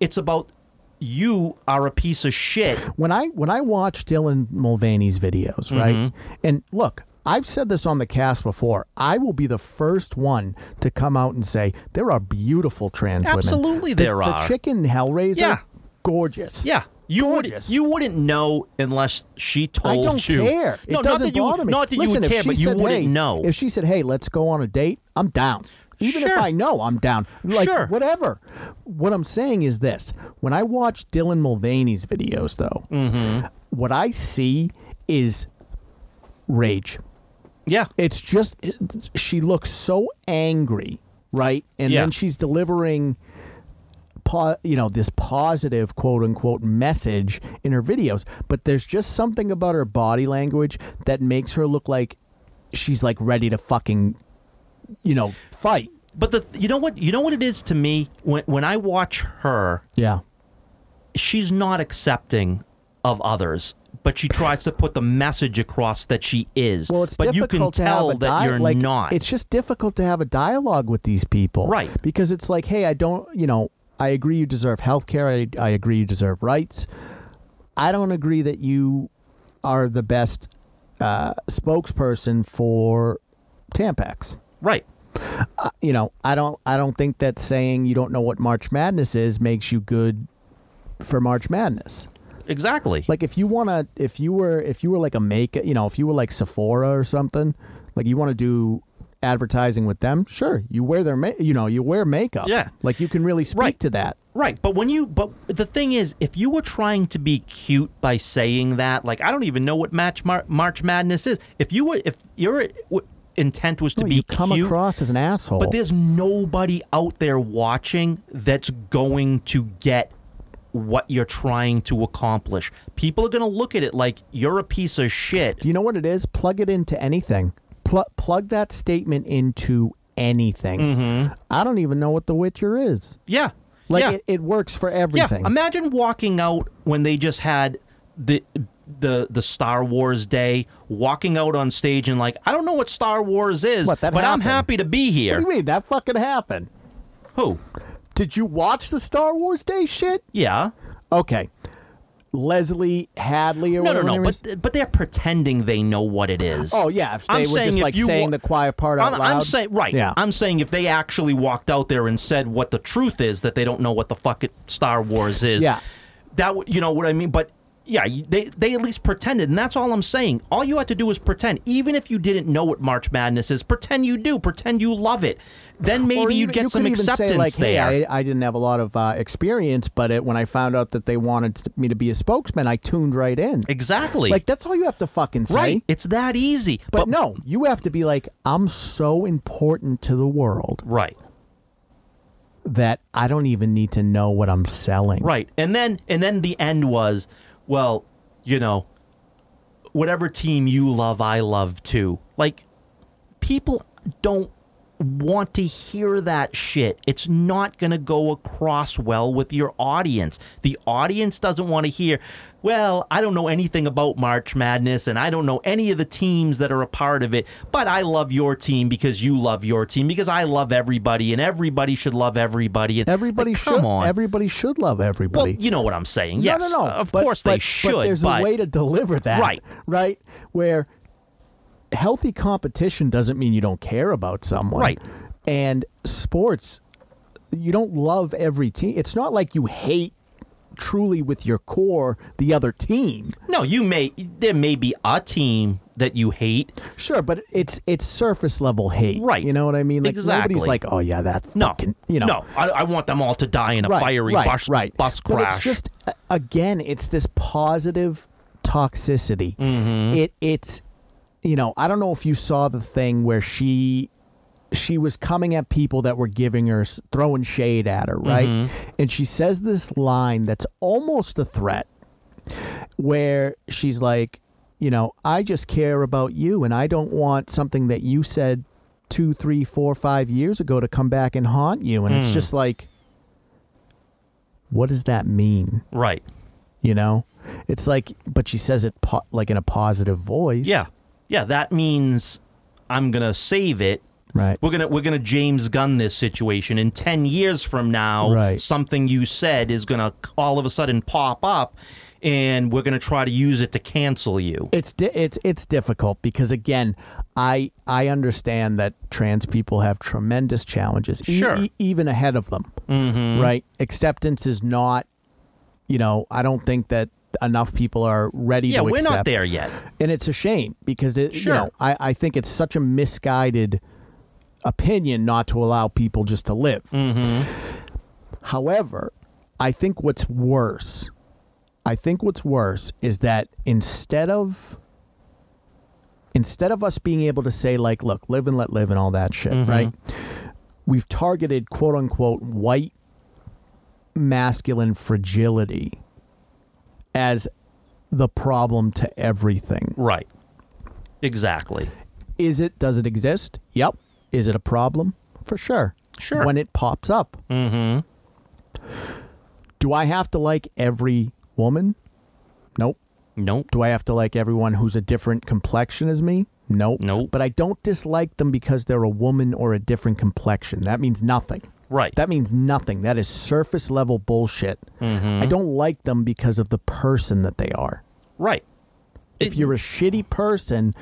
[SPEAKER 2] It's about you are a piece of shit.
[SPEAKER 1] when I when I watch Dylan Mulvaney's
[SPEAKER 2] Mm-hmm.
[SPEAKER 1] videos, right? And look, I've said this on the cast before. I will be the first one to come out and say there are beautiful trans women.
[SPEAKER 2] Absolutely,
[SPEAKER 1] The-
[SPEAKER 2] there
[SPEAKER 1] the,
[SPEAKER 2] are.
[SPEAKER 1] chicken Hellraiser,
[SPEAKER 2] Yeah.
[SPEAKER 1] gorgeous.
[SPEAKER 2] Yeah. You
[SPEAKER 1] Gorgeous.
[SPEAKER 2] wouldn't, you wouldn't know unless she
[SPEAKER 1] I
[SPEAKER 2] told you.
[SPEAKER 1] don't care. It
[SPEAKER 2] No, not
[SPEAKER 1] doesn't
[SPEAKER 2] that you,
[SPEAKER 1] bother me.
[SPEAKER 2] Not that
[SPEAKER 1] Listen,
[SPEAKER 2] you would
[SPEAKER 1] if
[SPEAKER 2] care,
[SPEAKER 1] she
[SPEAKER 2] but you
[SPEAKER 1] said,
[SPEAKER 2] wouldn't
[SPEAKER 1] hey,
[SPEAKER 2] know.
[SPEAKER 1] If she said, "Hey, let's go on a date," I'm down. Even if
[SPEAKER 2] Sure.
[SPEAKER 1] I know I'm down, like
[SPEAKER 2] Sure.
[SPEAKER 1] whatever. What I'm saying is this: when I watch Dylan Mulvaney's videos, though,
[SPEAKER 2] Mm-hmm.
[SPEAKER 1] what I see is rage.
[SPEAKER 2] yeah.
[SPEAKER 1] It's just it- she looks so angry, right? And
[SPEAKER 2] Yeah.
[SPEAKER 1] then she's delivering, po- you know, this positive quote unquote message in her videos. But there's just something about her body language that makes her look like she's like ready to fucking, you know, fight.
[SPEAKER 2] But the you know what you know what it is to me when when I watch her,
[SPEAKER 1] Yeah.
[SPEAKER 2] she's not accepting of others, but she tries to put the message across that she is.
[SPEAKER 1] Well, it's
[SPEAKER 2] but you
[SPEAKER 1] difficult
[SPEAKER 2] can
[SPEAKER 1] to
[SPEAKER 2] tell
[SPEAKER 1] have a
[SPEAKER 2] that
[SPEAKER 1] dia-
[SPEAKER 2] you're
[SPEAKER 1] like,
[SPEAKER 2] not.
[SPEAKER 1] It's just difficult to have a dialogue with these people,
[SPEAKER 2] Right.
[SPEAKER 1] Because it's like, hey, I don't, you know, I agree you deserve health care. I, I agree you deserve rights. I don't agree that you are the best uh, spokesperson for Tampax.
[SPEAKER 2] right.
[SPEAKER 1] Uh, you know, I don't, I don't think that saying you don't know what March Madness is makes you good for March Madness.
[SPEAKER 2] Exactly.
[SPEAKER 1] Like if you wanna, if you were, if you were like a make, you know, if you were like Sephora or something, like you want to do advertising with them, sure, you wear their, ma- you know, you wear makeup.
[SPEAKER 2] Yeah.
[SPEAKER 1] like you can really speak
[SPEAKER 2] Right.
[SPEAKER 1] to that.
[SPEAKER 2] Right, but when you but the thing is, if you were trying to be cute by saying that, like I don't even know what match Mar- March Madness is. If you were, if your w- intent was to
[SPEAKER 1] No,
[SPEAKER 2] be
[SPEAKER 1] you come
[SPEAKER 2] cute,
[SPEAKER 1] across as an asshole.
[SPEAKER 2] but there's nobody out there watching that's going to get what you're trying to accomplish. People are going to look at it like you're a piece of shit.
[SPEAKER 1] do you know what it is? Plug it into anything. Pl- plug that statement into anything. I don't even know what The Witcher is.
[SPEAKER 2] Yeah,
[SPEAKER 1] Like
[SPEAKER 2] Mm-hmm. yeah.
[SPEAKER 1] it, it works for everything.
[SPEAKER 2] Yeah, imagine walking out when they just had the the the Star Wars day, walking out on stage and like, I don't know what Star Wars is,
[SPEAKER 1] What, that
[SPEAKER 2] but I'm
[SPEAKER 1] happened?
[SPEAKER 2] happy to be
[SPEAKER 1] what
[SPEAKER 2] here.
[SPEAKER 1] do you mean that fucking happened?
[SPEAKER 2] Who?
[SPEAKER 1] Did you watch the Star Wars Day shit?
[SPEAKER 2] Yeah.
[SPEAKER 1] Okay. Leslie Hadley or
[SPEAKER 2] No, no,
[SPEAKER 1] whatever
[SPEAKER 2] no.
[SPEAKER 1] her name is?
[SPEAKER 2] But but they're pretending they know what it is.
[SPEAKER 1] Oh yeah, if they
[SPEAKER 2] I'm
[SPEAKER 1] were
[SPEAKER 2] saying
[SPEAKER 1] just
[SPEAKER 2] if
[SPEAKER 1] like
[SPEAKER 2] you
[SPEAKER 1] saying
[SPEAKER 2] wa-
[SPEAKER 1] the quiet part out
[SPEAKER 2] I'm,
[SPEAKER 1] loud.
[SPEAKER 2] I'm saying right.
[SPEAKER 1] Yeah.
[SPEAKER 2] I'm saying if they actually walked out there and said what the truth is, that they don't know what the fuck it, Star Wars is.
[SPEAKER 1] Yeah.
[SPEAKER 2] That w- you know what I mean, but. Yeah, you- they, they at least pretended, and that's all I'm saying. All you had to do was pretend. Even if you didn't know what March Madness is, pretend you do. Pretend you love it. Then maybe
[SPEAKER 1] Or
[SPEAKER 2] you'd
[SPEAKER 1] even-
[SPEAKER 2] get
[SPEAKER 1] you
[SPEAKER 2] some
[SPEAKER 1] could even say,
[SPEAKER 2] acceptance
[SPEAKER 1] like,
[SPEAKER 2] there.
[SPEAKER 1] Hey, I, I didn't have a lot of uh, experience, but it, when I found out that they wanted t- me to be a spokesman, I tuned right in.
[SPEAKER 2] exactly.
[SPEAKER 1] Like that's all you have to fucking say.
[SPEAKER 2] right. It's that easy.
[SPEAKER 1] But, no, you have to be like, I'm so important to the world
[SPEAKER 2] Right.
[SPEAKER 1] that I don't even need to know what I'm selling.
[SPEAKER 2] Right. And then and then the end was, well, you know, whatever team you love, I love too. Like people don't want to hear that shit. It's not going to go across well with your audience. The audience doesn't want to hear, well, I don't know anything about March Madness and I don't know any of the teams that are a part of it, but I love your team because you love your team because I love everybody and everybody should love everybody. And,
[SPEAKER 1] Everybody
[SPEAKER 2] like,
[SPEAKER 1] should.
[SPEAKER 2] come on.
[SPEAKER 1] Everybody should love
[SPEAKER 2] well,
[SPEAKER 1] everybody.
[SPEAKER 2] you know what I'm saying. Yes. uh,
[SPEAKER 1] no, no, no.
[SPEAKER 2] Of
[SPEAKER 1] But-
[SPEAKER 2] course
[SPEAKER 1] but-
[SPEAKER 2] they should,
[SPEAKER 1] But there's a way to deliver that,
[SPEAKER 2] Right.
[SPEAKER 1] Right, where healthy competition doesn't mean you don't care about someone,
[SPEAKER 2] Right.
[SPEAKER 1] And sports, you don't love every team. It's not like you hate truly with your core the other team.
[SPEAKER 2] no, you may there may be a team that you hate.
[SPEAKER 1] Sure, but it's it's surface level hate,
[SPEAKER 2] Right.
[SPEAKER 1] You know what I mean? Like nobody's
[SPEAKER 2] Exactly.
[SPEAKER 1] like, oh yeah, that
[SPEAKER 2] No,
[SPEAKER 1] fucking, you know,
[SPEAKER 2] no, I, I want them all to die in a fiery bus, bus crash.
[SPEAKER 1] But it's just a- again, it's this positive toxicity.
[SPEAKER 2] Mm-hmm.
[SPEAKER 1] It it's you know, I don't know if you saw the thing where she she was coming at people that were giving her s- throwing shade at her, right?
[SPEAKER 2] Mm-hmm.
[SPEAKER 1] And she says this line that's almost a threat where she's like, you know, I just care about you and I don't want something that you said two, three, four, five years ago to come back and haunt you. And
[SPEAKER 2] Mm.
[SPEAKER 1] it's just like, what does that mean?
[SPEAKER 2] right.
[SPEAKER 1] You know, it's like, but she says it po- like in a positive voice.
[SPEAKER 2] Yeah, yeah. That means I'm gonna save it.
[SPEAKER 1] Right.
[SPEAKER 2] We're gonna we're gonna James Gunn this situation. In ten years from now,
[SPEAKER 1] Right.
[SPEAKER 2] something you said is gonna all of a sudden pop up, and we're gonna try to use it to cancel you.
[SPEAKER 1] It's di- it's it's difficult because again, I I understand that trans people have tremendous challenges, e-
[SPEAKER 2] Sure. Mm-hmm.
[SPEAKER 1] e- even ahead of them. Right, acceptance is not, you know, I don't think that enough people are ready
[SPEAKER 2] Yeah,
[SPEAKER 1] to
[SPEAKER 2] we're
[SPEAKER 1] accept,
[SPEAKER 2] not there yet.
[SPEAKER 1] and it's a shame because it,
[SPEAKER 2] Sure.
[SPEAKER 1] you know, I I think it's such a misguided opinion not to allow people just to live.
[SPEAKER 2] Mm-hmm.
[SPEAKER 1] However, I think what's worse, I think what's worse is that instead of instead of us being able to say like, look, live and let live and all that shit, right? We've targeted quote unquote white masculine fragility as the problem to everything.
[SPEAKER 2] Right. Exactly.
[SPEAKER 1] Is it does it exist? Yep. Is it a problem? For sure.
[SPEAKER 2] Sure.
[SPEAKER 1] When it pops up. Mm-hmm. Do I have to like every woman? Nope.
[SPEAKER 2] Nope.
[SPEAKER 1] Do I have to like everyone who's a different complexion as me? Nope.
[SPEAKER 2] Nope.
[SPEAKER 1] But I don't dislike them because they're a woman or a different complexion. That means nothing.
[SPEAKER 2] Right.
[SPEAKER 1] That means nothing. That is surface level bullshit.
[SPEAKER 2] Mm-hmm.
[SPEAKER 1] I don't like them because of the person that they are
[SPEAKER 2] right.
[SPEAKER 1] if you're a shitty person,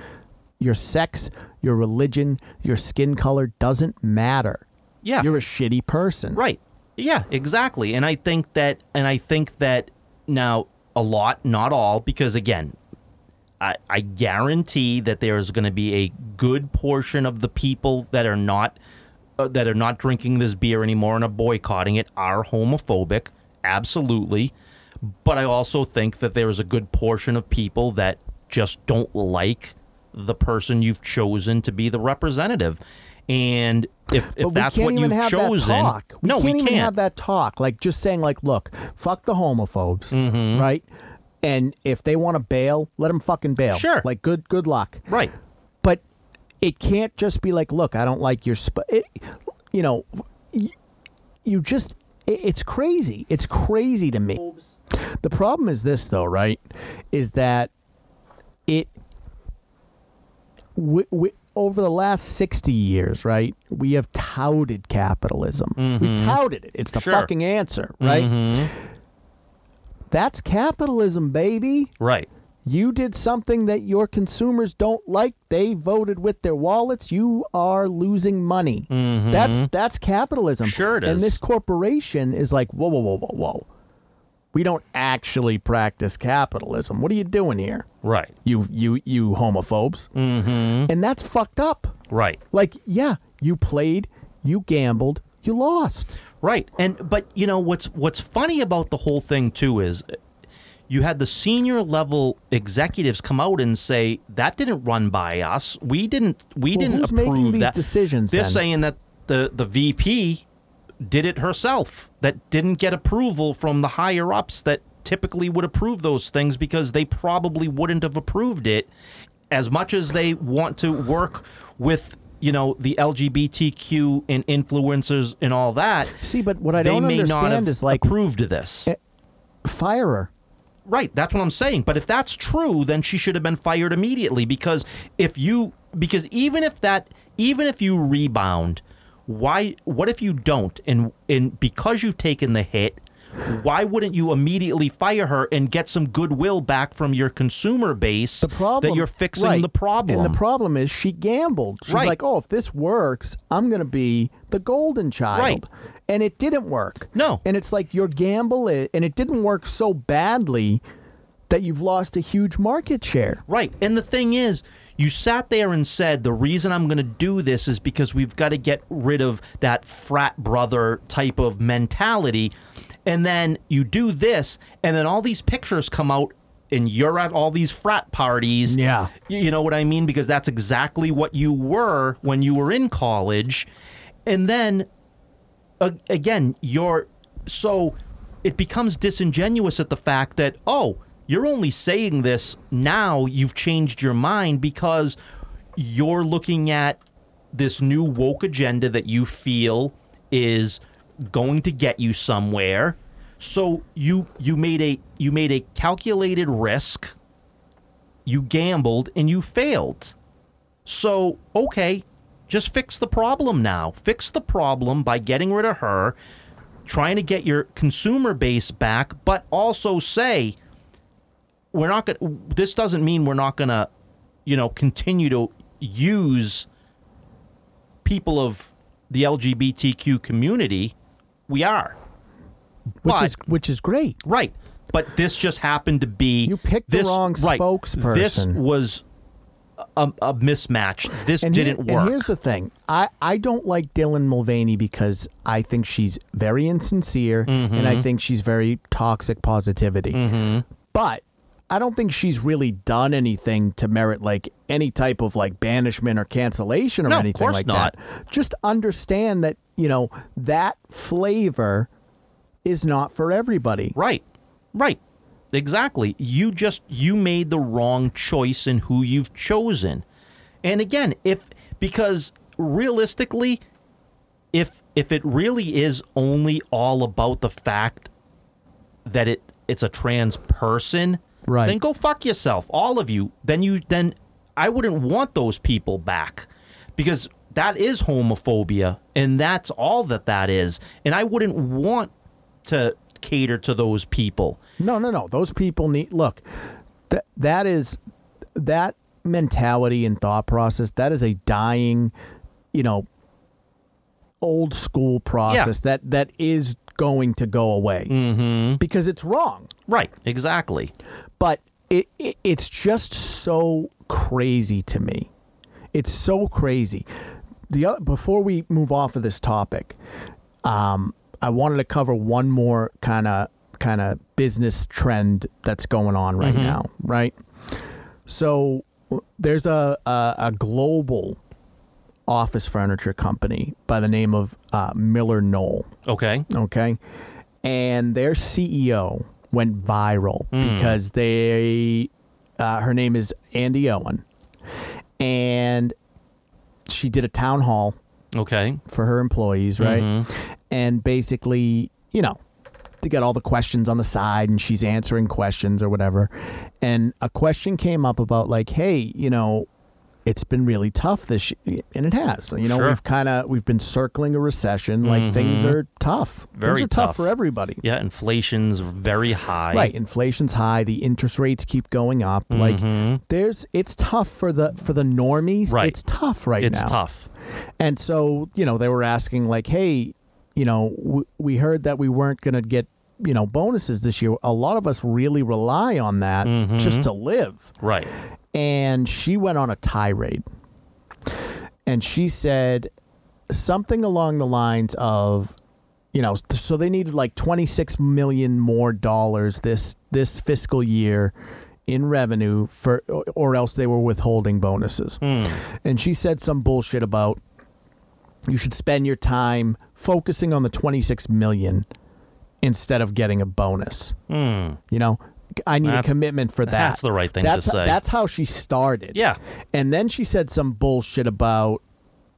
[SPEAKER 1] your sex, your religion, your skin color doesn't matter.
[SPEAKER 2] yeah.
[SPEAKER 1] You're a shitty person.
[SPEAKER 2] Right. Yeah, exactly. And I think that and I think that now a lot, not all, because again, I, I guarantee that there is going to be a good portion of the people that are not uh, that are not drinking this beer anymore and are boycotting it are homophobic, absolutely. But I also think that there is a good portion of people that just don't like the person you've chosen to be the representative. And if, if
[SPEAKER 1] But
[SPEAKER 2] that's
[SPEAKER 1] we
[SPEAKER 2] what
[SPEAKER 1] can't even
[SPEAKER 2] you've
[SPEAKER 1] have
[SPEAKER 2] chosen,
[SPEAKER 1] that talk. We
[SPEAKER 2] no,
[SPEAKER 1] can't
[SPEAKER 2] we
[SPEAKER 1] even
[SPEAKER 2] can't.
[SPEAKER 1] have that talk. Like just saying, like, look, fuck the homophobes,
[SPEAKER 2] Mm-hmm.
[SPEAKER 1] right? And if they want to bail, let them fucking bail.
[SPEAKER 2] Sure.
[SPEAKER 1] Like, good, good luck.
[SPEAKER 2] Right.
[SPEAKER 1] but it can't just be like, look, I don't like your, sp-. It, you know, y- you just, it, it's crazy. It's crazy to me. The problem is this, though, right? Is that it, we, we, over the last 60 years, right? We have touted capitalism. We've touted it. It's the
[SPEAKER 2] Sure.
[SPEAKER 1] fucking answer, right? That's capitalism, baby.
[SPEAKER 2] Right.
[SPEAKER 1] You did something that your consumers don't like. They voted with their wallets. You are losing money. That's that's capitalism.
[SPEAKER 2] Mm-hmm. Sure it
[SPEAKER 1] And
[SPEAKER 2] is.
[SPEAKER 1] this corporation is like, whoa, whoa, whoa, whoa, whoa. We don't actually practice capitalism. What are you doing here?
[SPEAKER 2] Right.
[SPEAKER 1] You you you homophobes. Mm-hmm. And that's fucked up.
[SPEAKER 2] Right.
[SPEAKER 1] Like, yeah, you played, you gambled, you lost.
[SPEAKER 2] Right. And but you know what's what's funny about the whole thing too is uh, you had the senior level executives come out and say that didn't run by us. We didn't we
[SPEAKER 1] Well,
[SPEAKER 2] didn't
[SPEAKER 1] who's
[SPEAKER 2] approve
[SPEAKER 1] making these
[SPEAKER 2] that.
[SPEAKER 1] decisions
[SPEAKER 2] They're
[SPEAKER 1] then?
[SPEAKER 2] saying that the the VP did it herself that didn't get approval from the higher ups that typically would approve those things because they probably wouldn't have approved it as much as they want to work with you know the LGBTQ and influencers and all that.
[SPEAKER 1] See, but what I
[SPEAKER 2] they
[SPEAKER 1] don't
[SPEAKER 2] may not have
[SPEAKER 1] understand is like
[SPEAKER 2] approved of this.
[SPEAKER 1] fire her.
[SPEAKER 2] eh, Right, that's what I'm saying. But if that's true, then she should have been fired immediately because if you because even if that even if you rebound, why what if you don't and and because you've taken the hit, why wouldn't you immediately fire her and get some goodwill back from your consumer base
[SPEAKER 1] The problem
[SPEAKER 2] that you're fixing
[SPEAKER 1] right.
[SPEAKER 2] the problem?
[SPEAKER 1] And the problem is she gambled. She's
[SPEAKER 2] Right.
[SPEAKER 1] like, oh, if this works, I'm going to be the golden child.
[SPEAKER 2] Right.
[SPEAKER 1] And it didn't work.
[SPEAKER 2] No.
[SPEAKER 1] And it's like your gamble, i- and it didn't work so badly that you've lost a huge market share.
[SPEAKER 2] Right. And the thing is, you sat there and said, the reason I'm going to do this is because we've got to get rid of that frat brother type of mentality. And then you do this, and then all these pictures come out, and you're at all these frat parties.
[SPEAKER 1] Yeah.
[SPEAKER 2] You, you know what I mean? Because that's exactly what you were when you were in college. And then a- again, you're so it becomes disingenuous at the fact that oh, you're only saying this now you've changed your mind because you're looking at this new woke agenda that you feel is going to get you somewhere. So you you made a you made a calculated risk. You gambled and you failed. So, okay, just fix the problem now. Fix the problem by getting rid of her, trying to get your consumer base back, but also say we're not going this doesn't mean we're not going to, you know, continue to use people of the LGBTQ community. We are.
[SPEAKER 1] Which
[SPEAKER 2] But-
[SPEAKER 1] is which is great.
[SPEAKER 2] Right. But this just happened to be
[SPEAKER 1] You picked the
[SPEAKER 2] this,
[SPEAKER 1] wrong
[SPEAKER 2] right, This
[SPEAKER 1] spokesperson.
[SPEAKER 2] was a, a mismatch. This
[SPEAKER 1] And here-
[SPEAKER 2] didn't
[SPEAKER 1] And
[SPEAKER 2] work.
[SPEAKER 1] here's the thing: I I don't like Dylan Mulvaney because I think she's very insincere, and
[SPEAKER 2] Mm-hmm.
[SPEAKER 1] I think she's very toxic positivity. But I don't think she's really done anything to merit like any type of like banishment or cancellation or
[SPEAKER 2] No, of
[SPEAKER 1] anything
[SPEAKER 2] course
[SPEAKER 1] like
[SPEAKER 2] not.
[SPEAKER 1] that. Just understand that you know that flavor is not for everybody.
[SPEAKER 2] Right. Right. Exactly. You just you made the wrong choice in who you've chosen. And again, if because realistically if if it really is only all about the fact that it it's a trans person,
[SPEAKER 1] Right.
[SPEAKER 2] then go fuck yourself, all of you. Then you then I wouldn't want those people back because that is homophobia and that's all that that is. And I wouldn't want to cater to those people.
[SPEAKER 1] No, no, no. Those people need look. That that is that mentality and thought process. That is a dying, you know, old school process that that is going to go away because it's wrong.
[SPEAKER 2] Right, exactly.
[SPEAKER 1] But it, it it's just so crazy to me. It's so crazy. The other, before we move off of this topic, um, I wanted to cover one more kind of kind of business trend that's going on right now, right? So w- there's a, a a global office furniture company by the name of uh, Miller Knoll,
[SPEAKER 2] Okay.
[SPEAKER 1] okay, and their CEO went viral because they uh, her name is Andy Owen, and she did a town hall
[SPEAKER 2] Okay. Mm-hmm.
[SPEAKER 1] for her employees, right? And basically, you know, they got all the questions on the side and she's answering questions or whatever. And a question came up about like, hey, you know, it's been really tough this y- and it has. You know,
[SPEAKER 2] Sure. Mm-hmm.
[SPEAKER 1] we've kind of we've been circling a recession, like things are tough. things
[SPEAKER 2] Very
[SPEAKER 1] are tough.
[SPEAKER 2] tough.
[SPEAKER 1] for everybody.
[SPEAKER 2] Yeah, inflation's very high.
[SPEAKER 1] Right, inflation's high, the interest rates keep going up.
[SPEAKER 2] Mm-hmm.
[SPEAKER 1] Like there's it's tough for the for the normies.
[SPEAKER 2] Right.
[SPEAKER 1] It's tough right
[SPEAKER 2] It's
[SPEAKER 1] now.
[SPEAKER 2] tough.
[SPEAKER 1] And so, you know, they were asking like, "Hey, you know, w- we heard that we weren't going to get, you know, bonuses this year. A lot of us really rely on that just to live."
[SPEAKER 2] Right.
[SPEAKER 1] And she went on a tirade. And she said something along the lines of, you know, so they needed like 26 million more dollars this this fiscal year in revenue for or-
[SPEAKER 2] Hmm.
[SPEAKER 1] or else they were withholding bonuses. And she said some bullshit about you should spend your time focusing on the 26 million instead of getting a bonus.
[SPEAKER 2] Mm.
[SPEAKER 1] You know, I need
[SPEAKER 2] Hmm. That's-
[SPEAKER 1] a commitment for that.
[SPEAKER 2] that's the right thing to
[SPEAKER 1] That's-
[SPEAKER 2] say.
[SPEAKER 1] That's how she started.
[SPEAKER 2] Yeah.
[SPEAKER 1] And then she said some bullshit about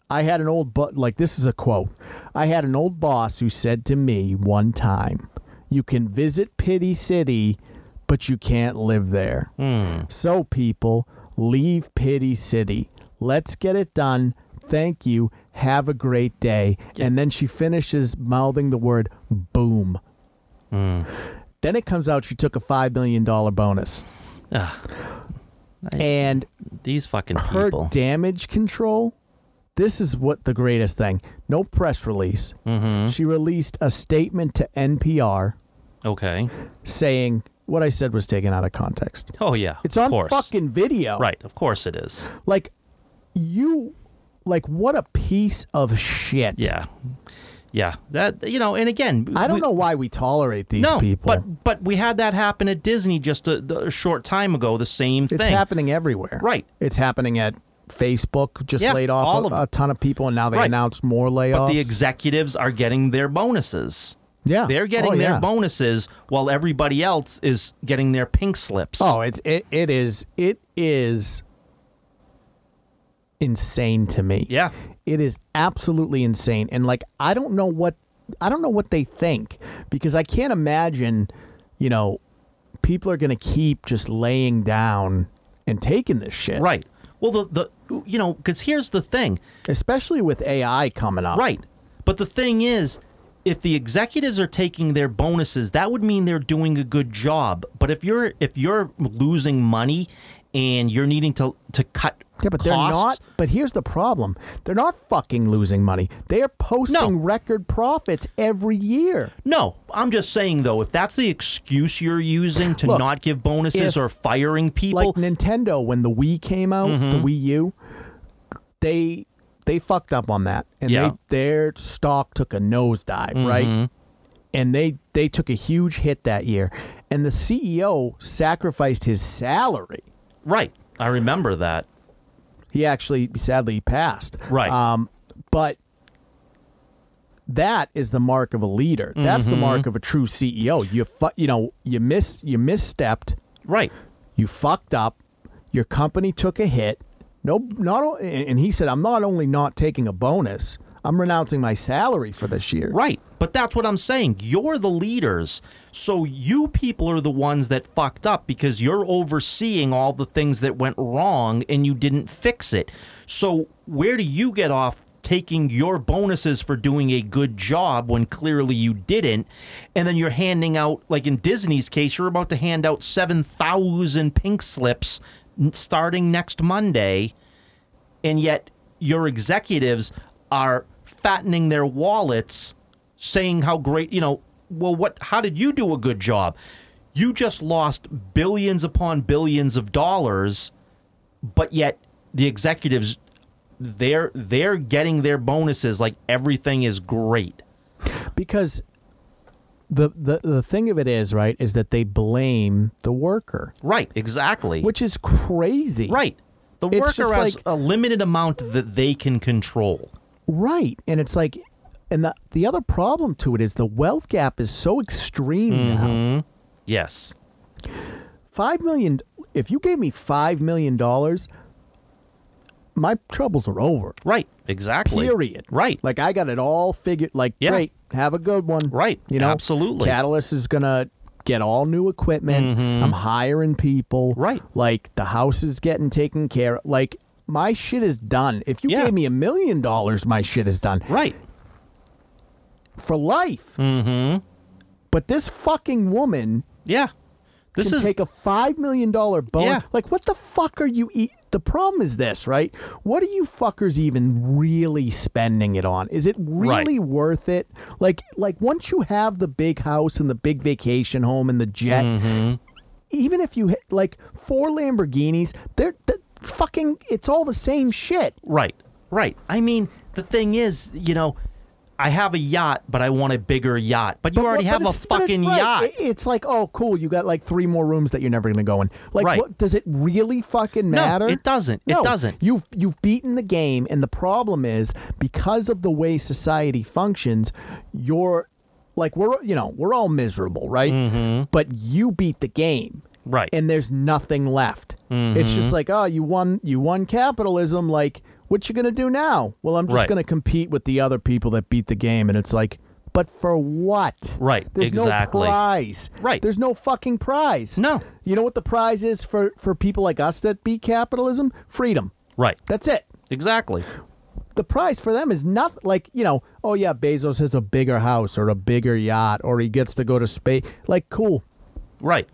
[SPEAKER 1] I had an old but like this is a quote. I had an old boss who said to me one time, "You can visit Pity City, but you can't live there." So people, leave Pity City. Let's get it done. Thank you. Have a great day. And then she finishes mouthing the word boom. Then it comes out she took a $5 million bonus.
[SPEAKER 2] Ugh,
[SPEAKER 1] And
[SPEAKER 2] these fucking
[SPEAKER 1] her
[SPEAKER 2] people.
[SPEAKER 1] damage control this is what the greatest thing no press release
[SPEAKER 2] Mm-hmm.
[SPEAKER 1] she released a statement to npr
[SPEAKER 2] okay.
[SPEAKER 1] saying what i said was taken out of context
[SPEAKER 2] Oh yeah.
[SPEAKER 1] it's
[SPEAKER 2] of
[SPEAKER 1] on
[SPEAKER 2] course.
[SPEAKER 1] fucking video
[SPEAKER 2] Right. Of course it is.
[SPEAKER 1] like you like what a piece of shit
[SPEAKER 2] Yeah. Yeah. That you know, and again,
[SPEAKER 1] i don't
[SPEAKER 2] we-
[SPEAKER 1] know why we tolerate these
[SPEAKER 2] no,
[SPEAKER 1] people
[SPEAKER 2] but but we had that happen at Disney just a, the- a short time ago. The same
[SPEAKER 1] it's
[SPEAKER 2] thing.
[SPEAKER 1] happening everywhere
[SPEAKER 2] Right.
[SPEAKER 1] it's happening at facebook just
[SPEAKER 2] Yeah,
[SPEAKER 1] laid off
[SPEAKER 2] all
[SPEAKER 1] a,
[SPEAKER 2] of-
[SPEAKER 1] a ton of people and now they
[SPEAKER 2] Right.
[SPEAKER 1] announced more layoffs
[SPEAKER 2] but the executives are getting their bonuses.
[SPEAKER 1] yeah
[SPEAKER 2] They're getting
[SPEAKER 1] Oh,
[SPEAKER 2] their
[SPEAKER 1] yeah.
[SPEAKER 2] bonuses while everybody else is getting their pink slips.
[SPEAKER 1] Oh, it's it, it is it is insane to me.
[SPEAKER 2] Yeah.
[SPEAKER 1] It is absolutely insane. And like I don't know what I don't know what they think because I can't imagine, you know, people are going to keep just laying down and taking this shit.
[SPEAKER 2] Right. Well, the the you know, because here's the thing.
[SPEAKER 1] Especially with AI coming up.
[SPEAKER 2] Right. But the thing is, if the executives are taking their bonuses, that would mean they're doing a good job. But if you're if you're losing money and you're needing to to cut
[SPEAKER 1] Yeah, but they're not.
[SPEAKER 2] costs,
[SPEAKER 1] But here's the problem: they're not fucking losing money. They are posting
[SPEAKER 2] No.
[SPEAKER 1] record profits every year.
[SPEAKER 2] No, I'm just saying though, if that's the excuse you're using to
[SPEAKER 1] Look,
[SPEAKER 2] not give bonuses
[SPEAKER 1] if-
[SPEAKER 2] or firing people,
[SPEAKER 1] like Nintendo when the Wii came out,
[SPEAKER 2] Mm-hmm.
[SPEAKER 1] the Wii U, they they fucked up on that, and
[SPEAKER 2] Yeah. Mm-hmm.
[SPEAKER 1] they, their stock took a nosedive, right? And they they took a huge hit that year, and the CEO sacrificed his salary.
[SPEAKER 2] right? I remember that.
[SPEAKER 1] He actually sadly passed,
[SPEAKER 2] Right.
[SPEAKER 1] Um, but that is the mark of a leader. That's
[SPEAKER 2] Mm-hmm.
[SPEAKER 1] the mark of a true CEO. You fu- you know you miss you misstepped.
[SPEAKER 2] Right.
[SPEAKER 1] you fucked up your company took a hit no not o- and he said i'm not only not taking a bonus i'm renouncing my salary for this year
[SPEAKER 2] Right. But that's what I'm saying. You're the leaders. So you people are the ones that fucked up because you're overseeing all the things that went wrong and you didn't fix it. So where do you get off taking your bonuses for doing a good job when clearly you didn't? And then you're handing out, like in Disney's case, you're about to hand out 7,000 pink slips n- starting next Monday and yet your executives are fattening their wallets saying how great you know well what how did you do a good job you just lost billions upon billions of dollars but yet the executives they're they're getting their bonuses like everything is great
[SPEAKER 1] because the, the the thing of it is right is that they blame the worker
[SPEAKER 2] right exactly
[SPEAKER 1] which is crazy
[SPEAKER 2] right the
[SPEAKER 1] It's
[SPEAKER 2] worker
[SPEAKER 1] just
[SPEAKER 2] has
[SPEAKER 1] like-
[SPEAKER 2] a limited amount that they can control
[SPEAKER 1] right and it's like and the, the other problem to it is the wealth gap is so extreme
[SPEAKER 2] Mm-hmm.
[SPEAKER 1] now
[SPEAKER 2] yes
[SPEAKER 1] five million if you gave me five million dollars my troubles are over
[SPEAKER 2] right exactly
[SPEAKER 1] Period.
[SPEAKER 2] right
[SPEAKER 1] Like I got it all figured. Like
[SPEAKER 2] Yeah.
[SPEAKER 1] great, have a good one.
[SPEAKER 2] Right.
[SPEAKER 1] You know,
[SPEAKER 2] Absolutely. Mm-hmm.
[SPEAKER 1] Catalyst is gonna get all new equipment. I'm hiring people.
[SPEAKER 2] Right.
[SPEAKER 1] Like the house is getting taken care. of. Like my shit is done. If you
[SPEAKER 2] Yeah.
[SPEAKER 1] gave me a million dollars, my shit is done
[SPEAKER 2] right
[SPEAKER 1] for life. Mm-hmm. But this fucking woman
[SPEAKER 2] Yeah. This
[SPEAKER 1] can
[SPEAKER 2] is
[SPEAKER 1] take a five million dollar bonus.
[SPEAKER 2] Yeah.
[SPEAKER 1] Like, what the fuck are you? E- the problem is this, right? What are you fuckers even really spending it on? Is it really worth it? Like, like once you have the big house and the big vacation home and the jet,
[SPEAKER 2] Mm-hmm.
[SPEAKER 1] even if you ha- like four Lamborghinis, they're th- fucking. It's all the same shit.
[SPEAKER 2] right. Right. I mean, the thing is, you know, I have a yacht, but I want a bigger yacht. But you
[SPEAKER 1] But
[SPEAKER 2] already
[SPEAKER 1] what-
[SPEAKER 2] have
[SPEAKER 1] but
[SPEAKER 2] a
[SPEAKER 1] it's- but it-
[SPEAKER 2] fucking
[SPEAKER 1] right,
[SPEAKER 2] yacht.
[SPEAKER 1] it- It's like, oh, cool. You got like three more rooms that you're never going to go in. Like,
[SPEAKER 2] Right.
[SPEAKER 1] what, does it really fucking matter?
[SPEAKER 2] it doesn't. It
[SPEAKER 1] No.
[SPEAKER 2] doesn't.
[SPEAKER 1] You've you've beaten the game, and the problem is because of the way society functions, you're like we're you know we're all miserable, right?
[SPEAKER 2] Mm-hmm.
[SPEAKER 1] But you beat the game,
[SPEAKER 2] Right.
[SPEAKER 1] And there's nothing left. It's
[SPEAKER 2] Mm-hmm.
[SPEAKER 1] just like, oh, you won. You won capitalism. Like, what you gonna do now? Well, I'm just
[SPEAKER 2] Right.
[SPEAKER 1] gonna compete with the other people that beat the game, and it's like. But for what?
[SPEAKER 2] Right,
[SPEAKER 1] There's
[SPEAKER 2] exactly.
[SPEAKER 1] no prize.
[SPEAKER 2] Right.
[SPEAKER 1] There's no fucking prize.
[SPEAKER 2] No.
[SPEAKER 1] You know what the prize is for for people like us that beat capitalism? Freedom.
[SPEAKER 2] Right.
[SPEAKER 1] That's it.
[SPEAKER 2] Exactly.
[SPEAKER 1] The prize for them is not like, you know, oh yeah, Bezos has a bigger house or a bigger yacht or he gets to go to space. Like cool.
[SPEAKER 2] Right.